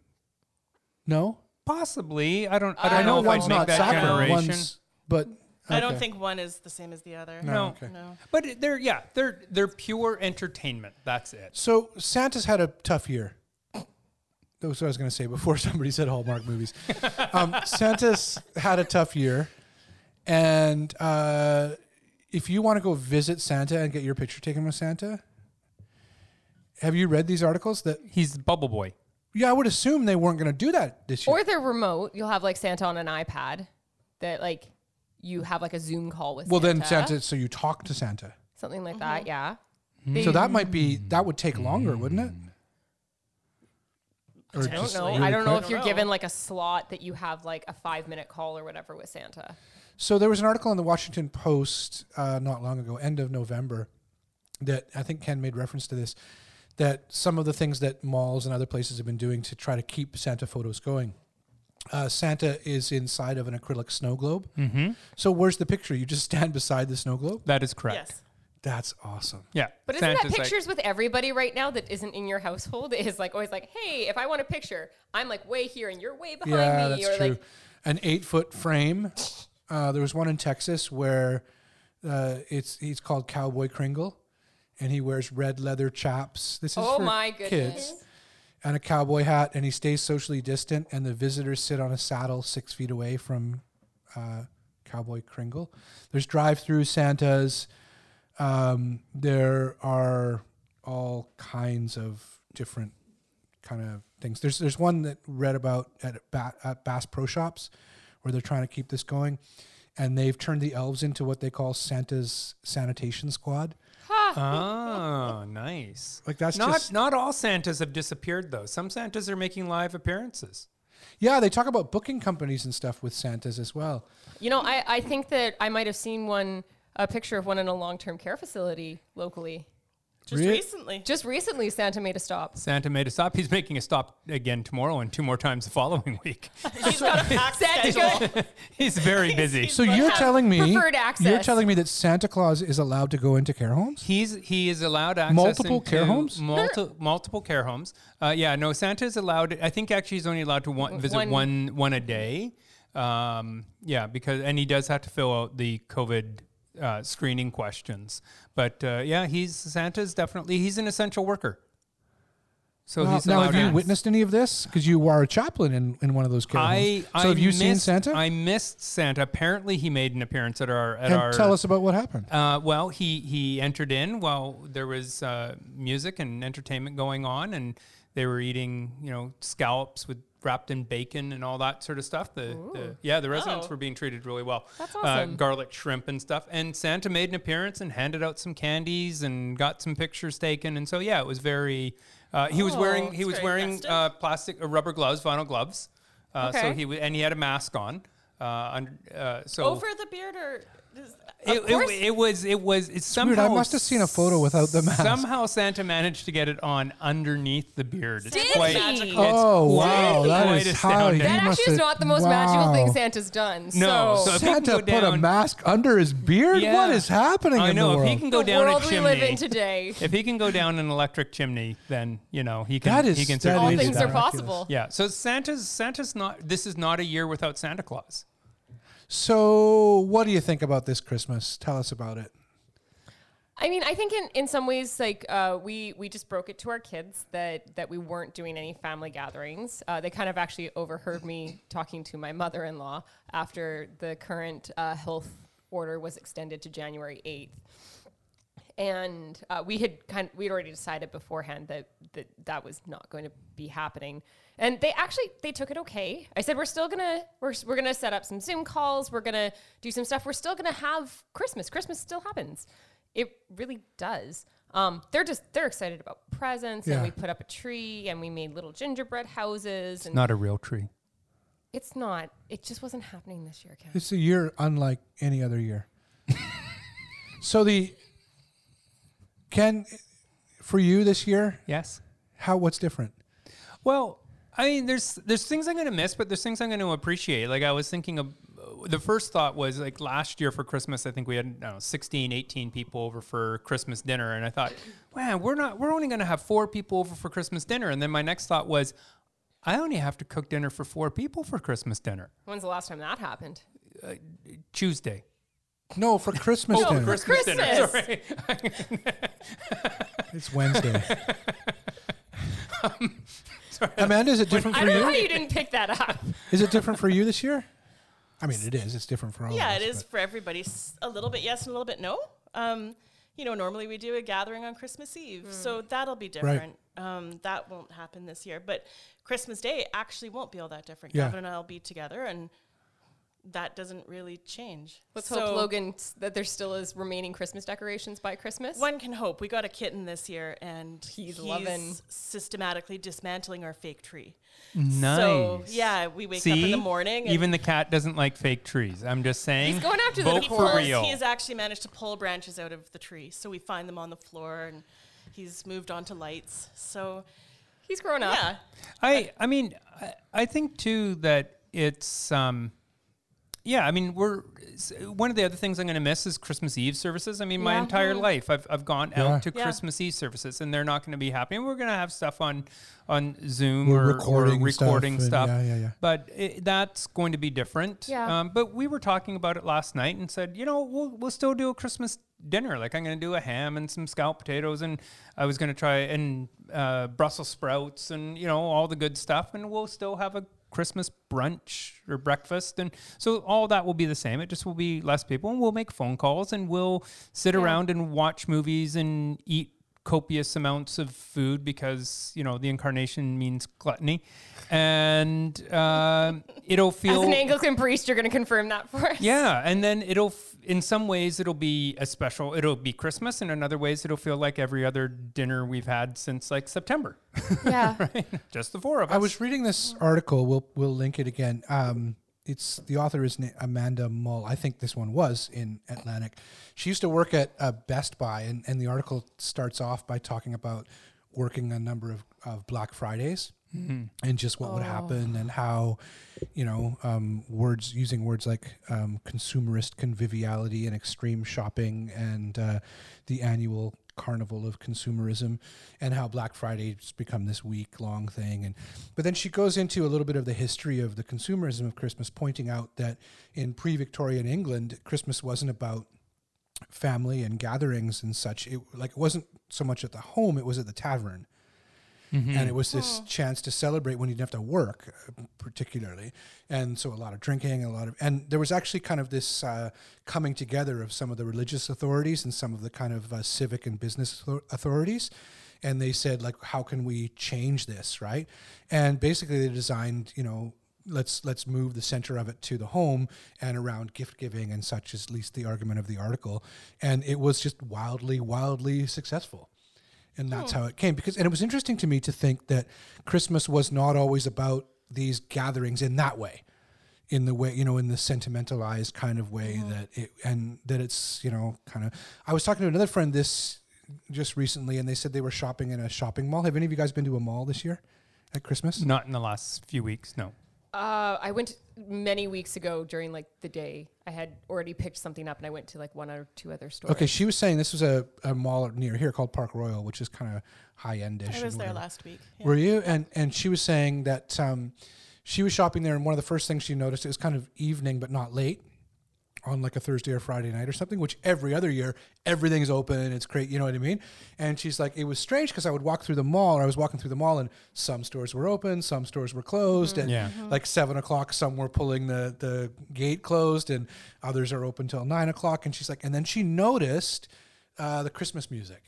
No, possibly. I don't I don't I know know, if one's I'd make not that soccer, generation. one's but I don't okay. think one is the same as the other. no. okay. No. But it- they're yeah, they're they're pure entertainment. That's it. So Santa's had a tough year. That was what I was going to say before somebody said Hallmark movies. Um, Santa's had a tough year, and uh, if you want to go visit Santa and get your picture taken with Santa, have you read these articles? That He's Bubble Boy. yeah, I would assume they weren't going to do that this year. Or they're remote. You'll have like Santa on an iPad that like you have like a Zoom call with. well, then Santa. So you talk to Santa. something like Mm-hmm. that. Yeah. Hmm. So that might be that would take longer, wouldn't it? Or I don't know. I don't know if you're given like a slot that you have like a five minute call or whatever with Santa. So there was an article in the Washington Post uh, not long ago, end of November, that I think Ken made reference to this, that some of the things that malls and other places have been doing to try to keep Santa photos going. Uh, Santa is inside of an acrylic snow globe. Mm-hmm. So where's the picture? You just stand beside the snow globe. That is correct. Yes. That's awesome. Yeah. But isn't Santa's that like- pictures with everybody right now that isn't in your household is like always like, hey, if I want a picture, I'm like way here and you're way behind yeah, me. that's or true. like An eight foot frame. Uh, there was one in Texas where uh, it's he's called Cowboy Kringle, and he wears red leather chaps. This is Oh for my goodness. kids, and a cowboy hat, and he stays socially distant, and the visitors sit on a saddle six feet away from uh, Cowboy Kringle. There's drive-through Santas. Um, there are all kinds of different kind of things. There's there's one that read about at, ba- at Bass Pro Shops where they're trying to keep this going, and they've turned the elves into what they call Santa's sanitation squad. Oh, nice. Like, that's not just- not all Santas have disappeared though. Some Santas are making live appearances. Yeah, they talk about booking companies and stuff with Santas as well. you know, I, I think that I might have seen one a picture of one in a long term care facility locally. Just Re- recently. Just recently Santa made a stop. Santa made a stop. He's making a stop again tomorrow and two more times the following week. He's got a packed Santa's schedule. He's very busy. So you're telling me preferred access. you're telling me that Santa Claus is allowed to go into care homes? He's he is allowed access Multiple into care homes? multi, multiple care homes. Uh, yeah, no, Santa is allowed. I think actually he's only allowed to one, visit one one- one a day. Um, yeah, because and he does have to fill out the COVID uh, screening questions. But uh, yeah, he's Santa's definitely he's an essential worker. So Now, he's now, allowed have you in. witnessed any of this? Because you are a chaplain in, in one of those care I, homes. So I have you missed, seen Santa? I missed Santa. Apparently, he made an appearance at our at and our tell us about what happened. Uh, well, he he entered in while there was uh, music and entertainment going on, and they were eating, you know, scallops with wrapped in bacon and all that sort of stuff. The, the yeah, the residents Oh. were being treated really well. That's awesome. Uh, garlic shrimp and stuff. And Santa made an appearance and handed out some candies and got some pictures taken. And so yeah, it was very. Uh, he was Oh, wearing he that's was very wearing festive. uh, plastic uh, rubber gloves, vinyl gloves. Uh, So Okay. he w- and he had a mask on. Uh, under, uh, so Oh, Over the beard or. it, it, it was it was it's weird. somehow I must have seen a photo without the mask. somehow Santa managed to get it on underneath the beard. It's Did quite, he? it's Oh quite- wow, that quite is how astounding. you That must actually is have- not the most magical wow. thing Santa's done. No, so, so if he can Santa go put a down- mask under his beard. Yeah. What is happening? I in know The if world? he can go the down a world we chimney. live in today, If he can go down an electric chimney, then you know he can. That is- he can that all certainly is do things that. are possible. Yeah. So Santa's Santa's not. This is not a year without Santa Claus. So, what do you think about this Christmas? Tell us about it. I mean, I think in, in some ways, like uh, we we just broke it to our kids that that we weren't doing any family gatherings. Uh, they kind of actually overheard me talking to my mother in law after the current uh, health order was extended to January eighth, and uh, we had kind we'd already decided beforehand that, that that was not going to be happening. And they actually they took it okay. I said we're still gonna we're s- we're gonna set up some Zoom calls. We're gonna do some stuff. We're still gonna have Christmas. Christmas still happens. It really does. Um, they're just they're excited about presents, Yeah. and we put up a tree, and we made little gingerbread houses, and Not a real tree. it's not. It just wasn't happening this year, Ken. It's a year unlike any other year. so the Ken, for you this year, Yes. how what's different? Well, I mean, there's there's things I'm going to miss, but there's things I'm going to appreciate. Like I was thinking of the first thought was like last year for Christmas, I think we had I don't know, 16, 18 people over for Christmas dinner, and I thought, wow, we're not we're only going to have four people over for Christmas dinner. And then my next thought was, I only have to cook dinner for four people for Christmas dinner When's the last time that happened? Tuesday. No, for Christmas Oh, dinner. Christmas, dinner. Christmas. Sorry. It's Wednesday. Amanda, is it different I for don't know you? how you didn't pick that up. Is it different for you this year? I mean, it is. It's different for all. Yeah, of it us, is but- for everybody. S- A little bit yes and a little bit no. Um, you know, normally we do a gathering on Christmas Eve, Hmm. so that'll be different. Um, that won't happen this year, but Christmas Day actually won't be all that different. Yeah. Gavin and I'll be together, and that doesn't really change. Let's So hope Logan s- that there still is remaining Christmas decorations by Christmas. One can hope. We got a kitten this year, and he's, loving- systematically dismantling our fake tree. Nice. So yeah, we wake up in the morning. And Even the cat doesn't like fake trees. I'm just saying. going after the vote he for pulls- real. He's actually managed to pull branches out of the tree, so we find them on the floor, and he's moved on to lights. So He's grown up. yeah, I I mean I, I think too that it's um yeah I mean we're s- one of the other things I'm going to miss is Christmas Eve services. I mean my entire life I've I've gone Yeah. out to Yeah. Christmas Eve services and they're not going to be happening. We're going to have stuff on on Zoom We're or or recording stuff recording and stuff. yeah, yeah, yeah. But it, that's going to be different. Yeah. Um, but we were talking about it last night and said, you know, we'll we'll still do a Christmas dinner. Like I'm going to do a ham and some scalloped potatoes, and I was going to try and uh, Brussels sprouts and you know all the good stuff, and we'll still have a Christmas brunch or breakfast, and so all that will be the same. It just will be less people, and we'll make phone calls, and we'll sit around and watch movies and eat copious amounts of food because you know the incarnation means gluttony and um, it'll feel As an Anglican priest, you're going to confirm that for us. yeah, and then it'll f- in some ways it'll be a special. It'll be Christmas, and in other ways it'll feel like every other dinner we've had since like September. Yeah. Just the four of us. I was reading this article. We'll we'll link it again. Um, it's the author is na- Amanda Mull. I think this one was in Atlantic. She used to work at uh, Best Buy, and, and the article starts off by talking about working a number of, of Black Fridays Mm-hmm. and just what would happen and how, you know, um, words using words like um, consumerist conviviality and extreme shopping and uh, the annual carnival of consumerism and how Black Friday's become this week long thing and but then she goes into a little bit of the history of the consumerism of Christmas pointing out that in pre-Victorian England Christmas wasn't about family and gatherings and such it like it wasn't so much at the home it was at the tavern and it was this chance to celebrate when you didn't have to work uh, particularly and so a lot of drinking a lot of and there was actually kind of this uh, coming together of some of the religious authorities and some of the kind of uh, civic and business author- authorities and they said like how can we change this right and basically they designed you know let's let's move the center of it to the home and around gift giving and such is at least the argument of the article and it was just wildly wildly successful and Oh. that's how it came because and it was interesting to me to think that christmas was not always about these gatherings in that way in the way you know in the sentimentalized kind of way Mm-hmm. that it and that it's you know kind of i was talking to another friend this just recently and they said they were shopping in a shopping mall have any of you guys been to a mall this year at christmas not in the last few weeks. No. Uh, I went many weeks ago during like the day. I had already picked something up and I went to like one or two other stores. okay she was saying this was a, a mall near here called park royal which is kind of high endish I and was there whatever. last week. Yeah. Were you? And and she was saying that um, she was shopping there, and one of the first things she noticed it was kind of evening, but not late, on like a Thursday or Friday night or something, which every other year everything's open. It's great, you know what I mean? And she's like, it was strange because I would walk through the mall, or I was walking through the mall, and some stores were open, some stores were closed, and Yeah. like seven o'clock, some were pulling the the gate closed, and others are open till nine o'clock. And she's like, and then she noticed uh, the Christmas music.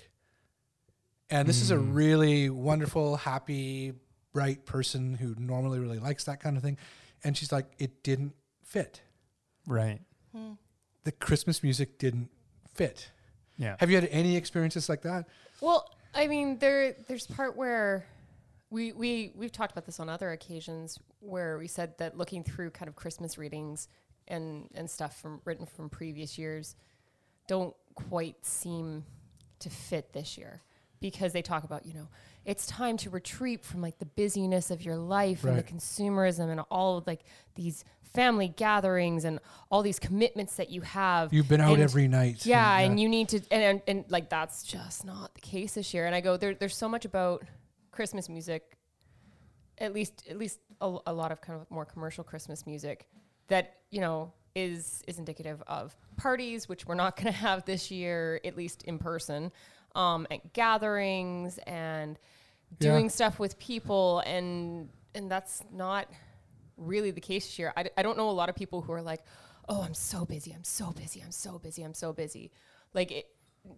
And this is a really wonderful, happy, bright person who normally really likes that kind of thing. And she's like, it didn't fit. Right. The Christmas music didn't fit. Yeah. Have you had any experiences like that? Well, I mean, there there's part where we we we've talked about this on other occasions where we said that looking through kind of Christmas readings and and stuff from written from previous years don't quite seem to fit this year because they talk about you know it's time to retreat from like the busyness of your life and the Right. consumerism and all of like these family gatherings and all these commitments that you have You've been out and- every night. yeah, and, and you need to, and, and and like that's just not the case this year. And I go, there, there's so much about Christmas music, at least at least a, a lot of kind of more commercial Christmas music that you know is is indicative of parties, which we're not going to have this year, at least in person, um, and gatherings and Yeah. doing stuff with people, and and that's not really the case this year. I, d- I don't know a lot of people who are like, oh, I'm so busy, I'm so busy, I'm so busy, I'm so busy. Like, it,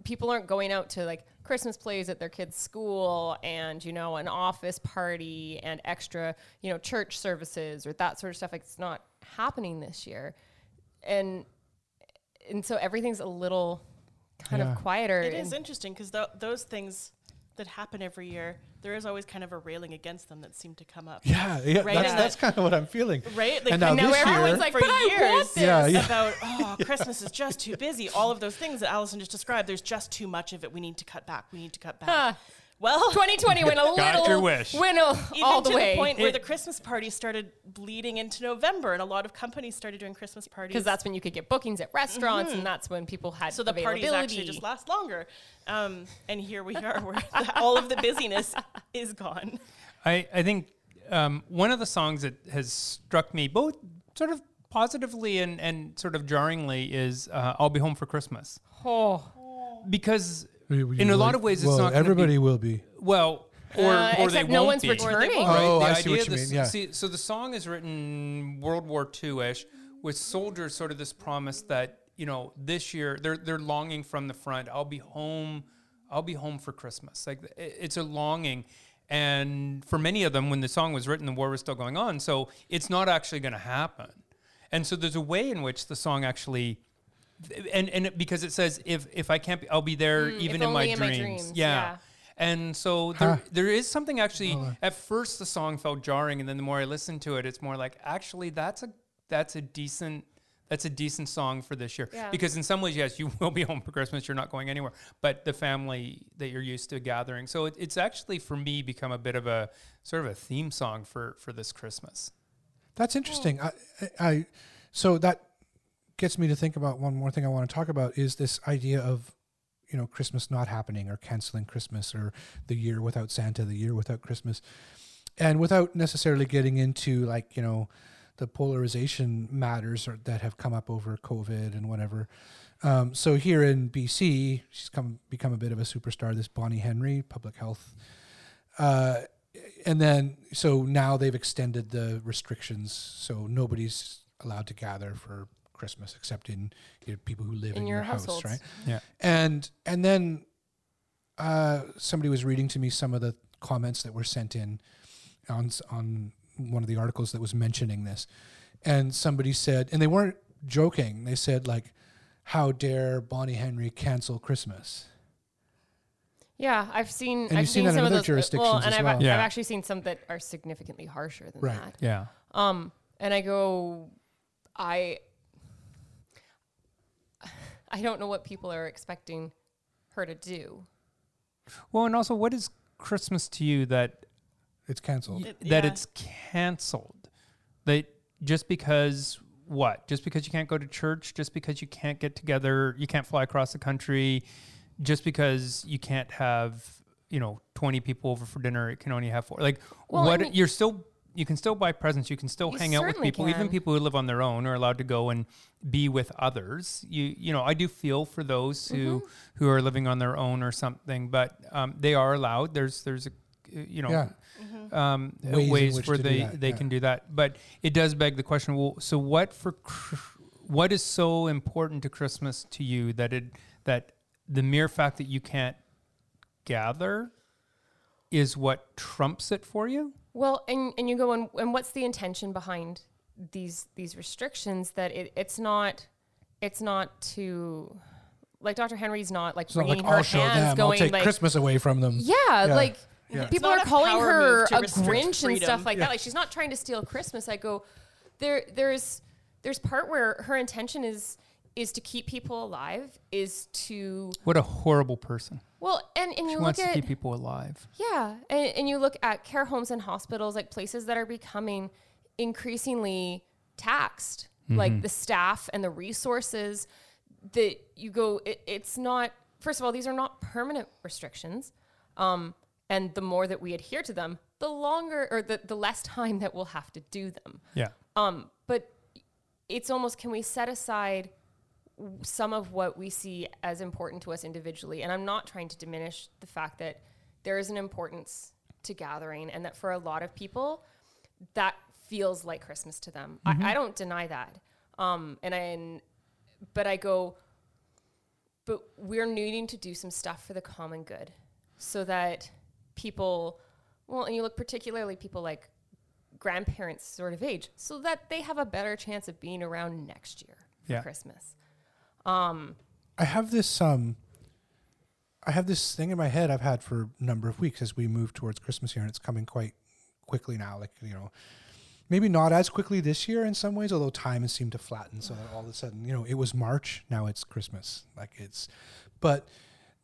people aren't going out to like Christmas plays at their kids' school and, you know, an office party and extra, you know, church services or that sort of stuff. Like, it's not happening this year. And, and so everything's a little kind Yeah. of quieter. It is and- interesting because th- those things that happen every year, there is always kind of a railing against them that seem to come up. yeah, yeah Right, that's, and that's that- kind of what I'm feeling. Right? and now, and now this everyone's year, like, for "But I years want this." Yeah, yeah. about oh Christmas is just too busy. All of those things that Allison just described, there's just too much of it. We need to cut back. We need to cut back. Well, 2020 went a little, Got your wish. went a, even all to the way. the point It- where the Christmas party started bleeding into November, and a lot of companies started doing Christmas parties because that's when you could get bookings at restaurants, and that's when people had Mm-hmm. so the parties actually availability. just last longer. Um, and here we are, where the, all of the busyness is gone. I, I think um, one of the songs that has struck me both sort of positively and, and sort of jarringly is uh, I'll Be Home for Christmas. Oh, Because We- we in a lot like- of ways, it's well, not. gonna be- everybody will be. Well, or, Uh, or they except won't no one's be. returning. Right? Oh, the I see what idea you of mean, this- yeah. See, so the song is written World War II-ish, with soldiers sort of this promise that you know this year they're they're longing from the front. I'll be home. I'll be home for Christmas. Like it- it's a longing. And for many of them, when the song was written, the war was still going on. So it's not actually going to happen. And so there's a way in which the song actually, and and it- because it says if if I can't, be, I'll be there even in, Mm, only my in my dreams. dreams, yeah. yeah. And so there, there is something actually. At first, the song felt jarring, and then the more I listened to it, it's more like actually that's a that's a decent that's a decent song for this year. Yeah. Because in some ways, yes, you will be home for Christmas. You're not going anywhere, but the family that you're used to gathering. So it, it's actually for me become a bit of a sort of a theme song for for this Christmas. That's interesting. I, I, I, so that gets me to think about one more thing I want to talk about is this idea of, you know, Christmas not happening or canceling Christmas or the year without Santa, the year without Christmas, and without necessarily getting into like you know, the polarization matters or, that have come up over COVID and whatever. Um, so here in BC, she's come become a bit of a superstar. This Bonnie Henry, public health Uh, and then so now they've extended the restrictions so nobody's allowed to gather for christmas except in you know, people who live in, In your, your house households. right Yeah. and and then uh, somebody was reading to me some of the comments that were sent in on s- on one of the articles that was mentioning this and somebody said and they weren't joking they said like how dare bonnie henry cancel christmas yeah, I've seen. you've I've seen seen, that in some of other those uh, jurisdictions Well, and as I've, well. I've Yeah. actually seen some that are significantly harsher than Right. that. Yeah. Um, and I go, I, I don't know what people are expecting her to do. Well, and also, what is Christmas to you that it's canceled that yeah. it's canceled. That just because what? Just because you can't go to church, just because you can't get together, you can't fly across the country, just because you can't have, you know, 20 people over for dinner, it can only have four. Like Well, I what mean- you're still you can still buy presents. You can still You hang out with certainly people. Even can. people who live on their own are allowed to go and be with others. You you know, I do feel for those who Mm-hmm. who are living on their own or something, but um, they are allowed. There's there's a you know Yeah. um, Ways in ways, which where to do they that, they yeah. can do that. But it does beg the question: Well, so what for? Chr- What is so important to Christmas to you that it that the mere fact that you can't gather is what trumps it for you? Well, and and you go and and what's the intention behind these these restrictions? That it, it's not it's not to like Dr. Henry's not like It's not wringing like I'll her show hands, them. I'll going take like Christmas away from them. yeah, like people It's are not a calling power her move a to restrict Grinch and freedom. stuff like that. Like she's not trying to steal Christmas. I go there. There's there's part where her intention is is to keep people alive, is to What a horrible person. well, and and She you wants look to at keep people alive. yeah, and, and you look at care homes and hospitals, like places that are becoming increasingly taxed, like the staff and the resources that you go. It, it's not. First of all, these are not permanent restrictions, um, and the more that we adhere to them, the longer or the, the less time that we'll have to do them. Yeah. Um, but it's almost can we set aside w- some of what we see as important to us individually? And I'm not trying to diminish the fact that there is an importance to gathering, and that for a lot of people, that feels like Christmas to them. I, I don't deny that. Um, and I, and, but I go, but we're needing to do some stuff for the common good so that people, well, and you look particularly people like grandparents sort of age so that they have a better chance of being around next year for Yeah. Christmas. I have this um I have this thing in my head I've had for a number of weeks as we move towards Christmas here and it's coming quite quickly now like you know maybe not as quickly this year in some ways although time has seemed to flatten so that all of a sudden you know it was March now it's Christmas like it's but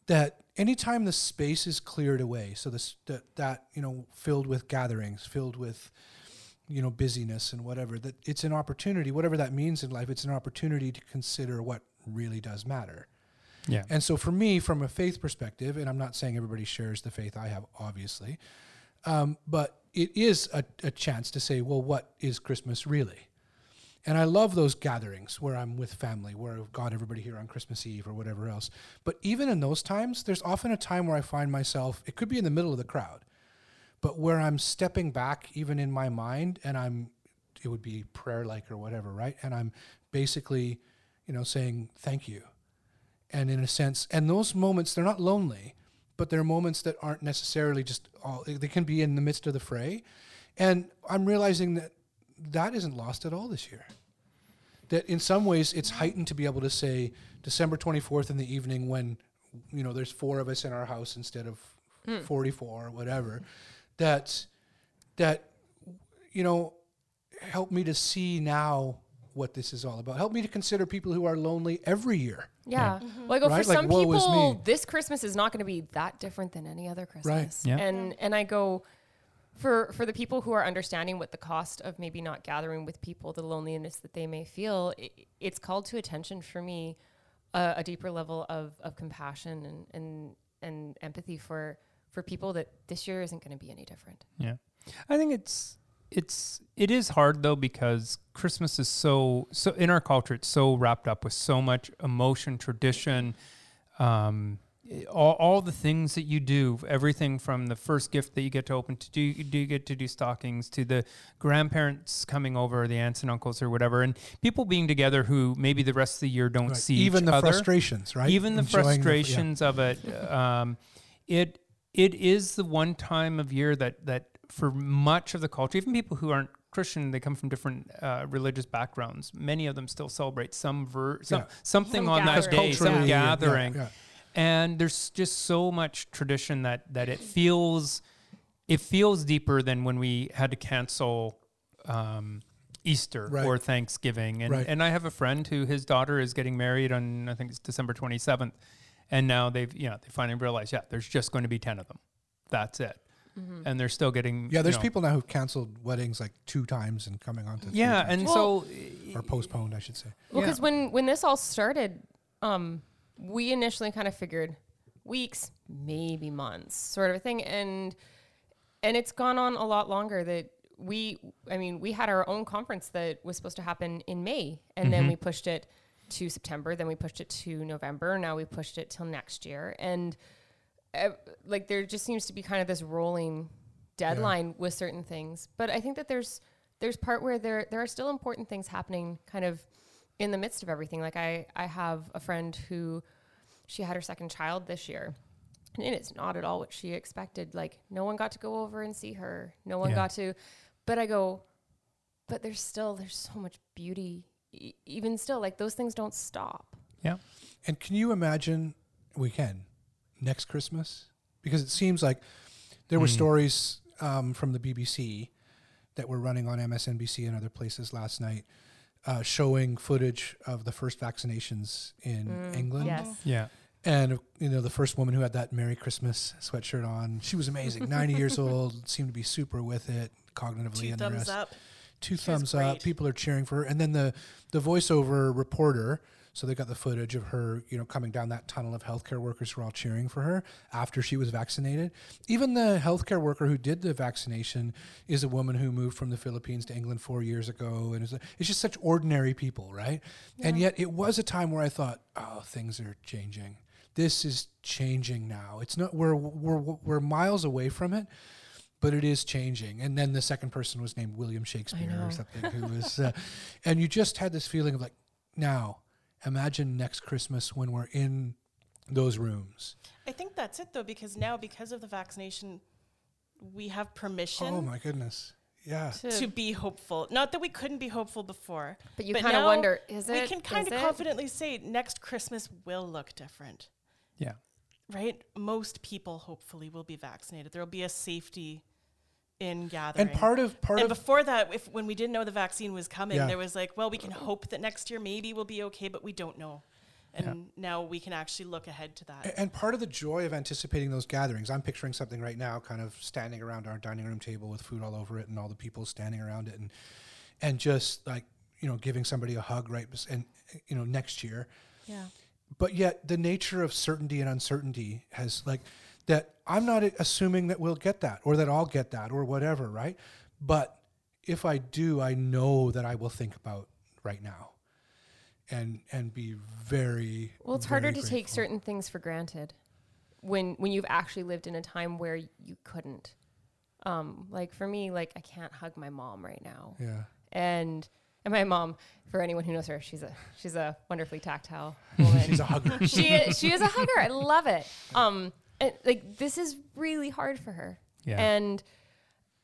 that anytime the space is cleared away so this that, that you know filled with gatherings filled with you know busyness and whatever that it's an opportunity whatever that means in life it's an opportunity to consider what really does matter Yeah. and so for me, from a faith perspective, and I'm not saying everybody shares the faith I have, obviously, um, but it is a, a chance to say, well, what is Christmas really? And I love those gatherings where I'm with family, where I've got everybody here on Christmas Eve or whatever else. But even in those times, there's often a time where I find myself, it could be in the middle of the crowd, but where I'm stepping back even in my mind and I'm it would be prayer like or whatever, right? And I'm basically, you know, saying thank you. And in a sense, and those moments they're not lonely, but they're moments that aren't necessarily just all they can be in the midst of the fray. And I'm realizing that that isn't lost at all this year. That in some ways it's heightened to be able to say December 24th in the evening when you know there's four of us in our house instead of 44 or whatever that that you know help me to see now what this is all about. Help me to consider people who are lonely every year. Yeah. Well, I go Right? for Like, some woe is people, me. this Christmas is not going to be that different than any other Christmas. Yeah. And and I go for for the people who are understanding what the cost of maybe not gathering with people, the loneliness that they may feel, i it's called to attention for me a, a deeper level of of compassion and and and empathy for for people that this year isn't going to be any different. Yeah. I think it's it's it is hard though because Christmas is so so in our culture it's so wrapped up with so much emotion, tradition, um i- all, all the things that you do, everything from the first gift that you get to open to do you do get to do stockings to the grandparents coming over, the aunts and uncles or whatever, and people being together who maybe the rest of the year don't Right. see Even each the other. frustrations, right? Even the Enjoying the- yeah. frustrations of it. Um, it it is the one time of year that that for much of the culture, even people who aren't Christian, they come from different uh, religious backgrounds. Many of them still celebrate some ver- some Yeah. something Some on that gathering. day, some Culturally, yeah, yeah, gathering. yeah. And there's just so much tradition that that it feels it feels deeper than when we had to cancel um, Easter Right. or Thanksgiving. And Right. and I have a friend who his daughter is getting married on I think it's December 27th, and now they've you know they finally realized yeah there's just going to be ten of them, that's it, Mm-hmm. and they're still getting Yeah, you there's know- people now who've canceled weddings like two times and coming on to three yeah times. and Well- so or postponed, I should say. Well, Yeah. because when when this all started, um, we initially kind of figured weeks, maybe months, sort of a thing, and and it's gone on a lot longer. That we, I mean, we had our own conference that was supposed to happen in May, and then we pushed it to September, then we pushed it to November, now we pushed it till next year, and ev- like there just seems to be kind of this rolling deadline with certain things. But I think that there's there's part where there there are still important things happening, kind of in the midst of everything. Like I I have a friend who she had her second child this year. And it is not at all what she expected. Like, no one got to go over and see her. No one got to. But I go, but there's still, there's so much beauty. E- even still, like, those things don't stop. Yeah. And can you imagine we can next Christmas? Because it seems like there were stories um, from the BBC that were running on MSNBC and other places last night uh, showing footage of the first vaccinations in England. Yeah. And you know the first woman who had that Merry Christmas sweatshirt on, she was amazing. Ninety years old, seemed to be super with it cognitively. Two and the thumbs rest up. two thumbs up. great. People are cheering for her, and then the the voiceover reporter. So they got the footage of her, you know, coming down that tunnel of healthcare workers who were all cheering for her after she was vaccinated. Even the healthcare worker who did the vaccination is a woman who moved from the Philippines to England four years ago, and it's, it's just such ordinary people, right? And yet, it was a time where I thought, oh, things are changing. This is changing now. It's not we're we're we're miles away from it, but it is changing. And then the second person was named William Shakespeare or something, who was, uh, and you just had this feeling of like, now imagine next Christmas when we're in those rooms. I think that's it though, because now because of the vaccination, we have permission Oh my goodness, yeah, to be hopeful. Not that we couldn't be hopeful before, But you kinda now wonder, is We it? can kind Is of it? confidently say next Christmas will look different, Yeah. right? Most people hopefully will be vaccinated. There will be a safety in gathering. and part of part and of before that, if when we didn't know the vaccine was coming, Yeah. there was like, well, we can hope that next year maybe we'll be okay, but we don't know. And now we can actually look ahead to that. And part of the joy of anticipating those gatherings, I'm picturing something right now, kind of standing around our dining room table with food all over it, and all the people standing around it, and and just like you know giving somebody a hug right, bes- and you know next year. Yeah. But yet the nature of certainty and uncertainty has like that. I'm not assuming that we'll get that, or that I'll get that, or whatever, right? But if I do, I know that I will think about right now, and and be very Well, it's harder very to take grateful. certain things for granted when when you've actually lived in a time where you couldn't. Um, like for me, like I can't hug my mom right now. Yeah. And and my mom, for anyone who knows her, she's a she's a wonderfully tactile woman. she's a hugger. she is, she is a hugger. I love it. Um, and, like this is really hard for her. Yeah. And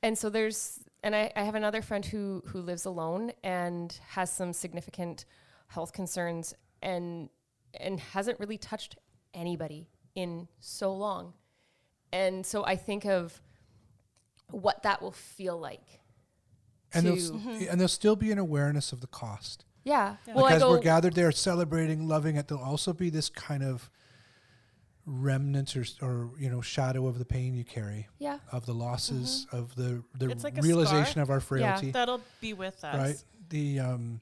and so there's and I, I have another friend who who lives alone and has some significant health concerns and and hasn't really touched anybody in so long and so i think of what that will feel like and to there'll, s- and there'll still be an awareness of the cost yeah, well i because go we're gathered there celebrating loving it there'll also be this kind of remnants or, s- or you know shadow of the pain you carry Yeah. Mm-hmm. of the losses of the the It's like a realization scar. of our frailty That'll be with us. right the um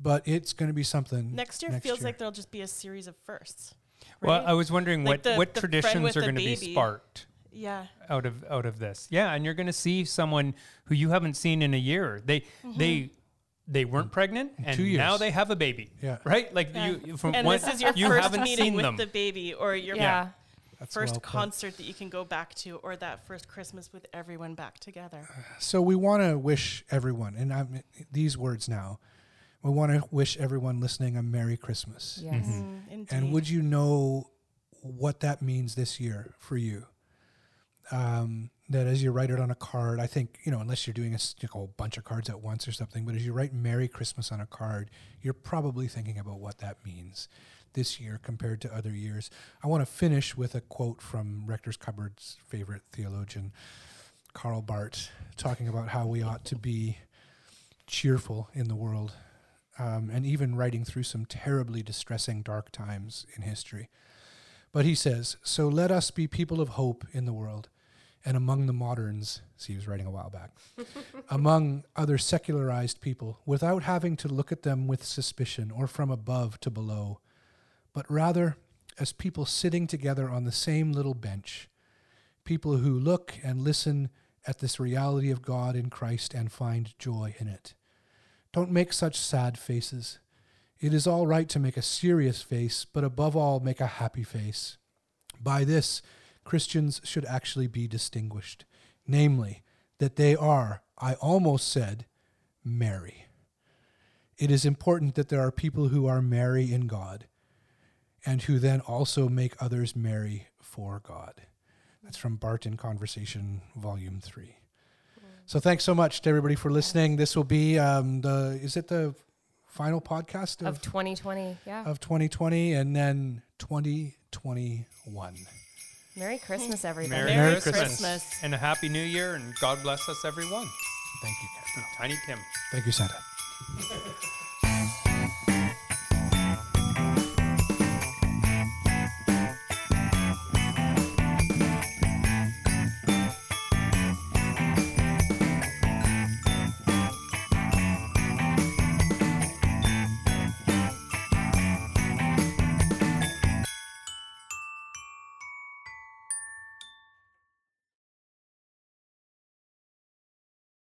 but it's going to be something Next year feels like there'll just be a series of firsts. Well, right? I was wondering Like what, the- what the friend traditions with are the going to be baby. sparked yeah. out of out of this. Yeah, and you're going to see someone who you haven't seen in a year. They Mm-hmm. they they weren't pregnant, and two years. now they have a baby. Yeah. right. Like you from and one, this is your you first haven't meeting seen with them. the baby or your yeah first well put. concert that you can go back to or that first Christmas with everyone back together. so we want to wish everyone and i'm these words now we want to wish everyone listening a merry christmas yes Mm-hmm. Indeed. And would you know what that means this year for you? Um, that as you write it on a card, I think, you know, unless you're doing a, s- like a whole bunch of cards at once or something, but as you write Merry Christmas on a card, you're probably thinking about what that means this year compared to other years. I want to finish with a quote from Rector's Cupboard's favorite theologian, Karl Barth, talking about how we ought to be cheerful in the world um, and even writing through some terribly distressing dark times in history. But he says, So let us be people of hope in the world and among the moderns. See, he was writing a while back. among other secularized people, without having to look at them with suspicion or from above to below, but rather as people sitting together on the same little bench, people who look and listen at this reality of God in Christ and find joy in it. Don't make such sad faces. It is all right to make a serious face, but above all, make a happy face. By this, Christians should actually be distinguished, namely, that they are, I almost said, merry. It is important that there are people who are merry in God and who then also make others merry for God. That's from Barton Conversation, Volume 3. So thanks so much to everybody for listening. This will be um, the, is it the final podcast of 2020. Yeah. of 2020 and then 2021. Merry Christmas, everybody. Merry, Merry Christmas. Christmas. and a happy new year, and God bless us, everyone. Thank you, Kevin. Tiny Tim. Thank you, Santa.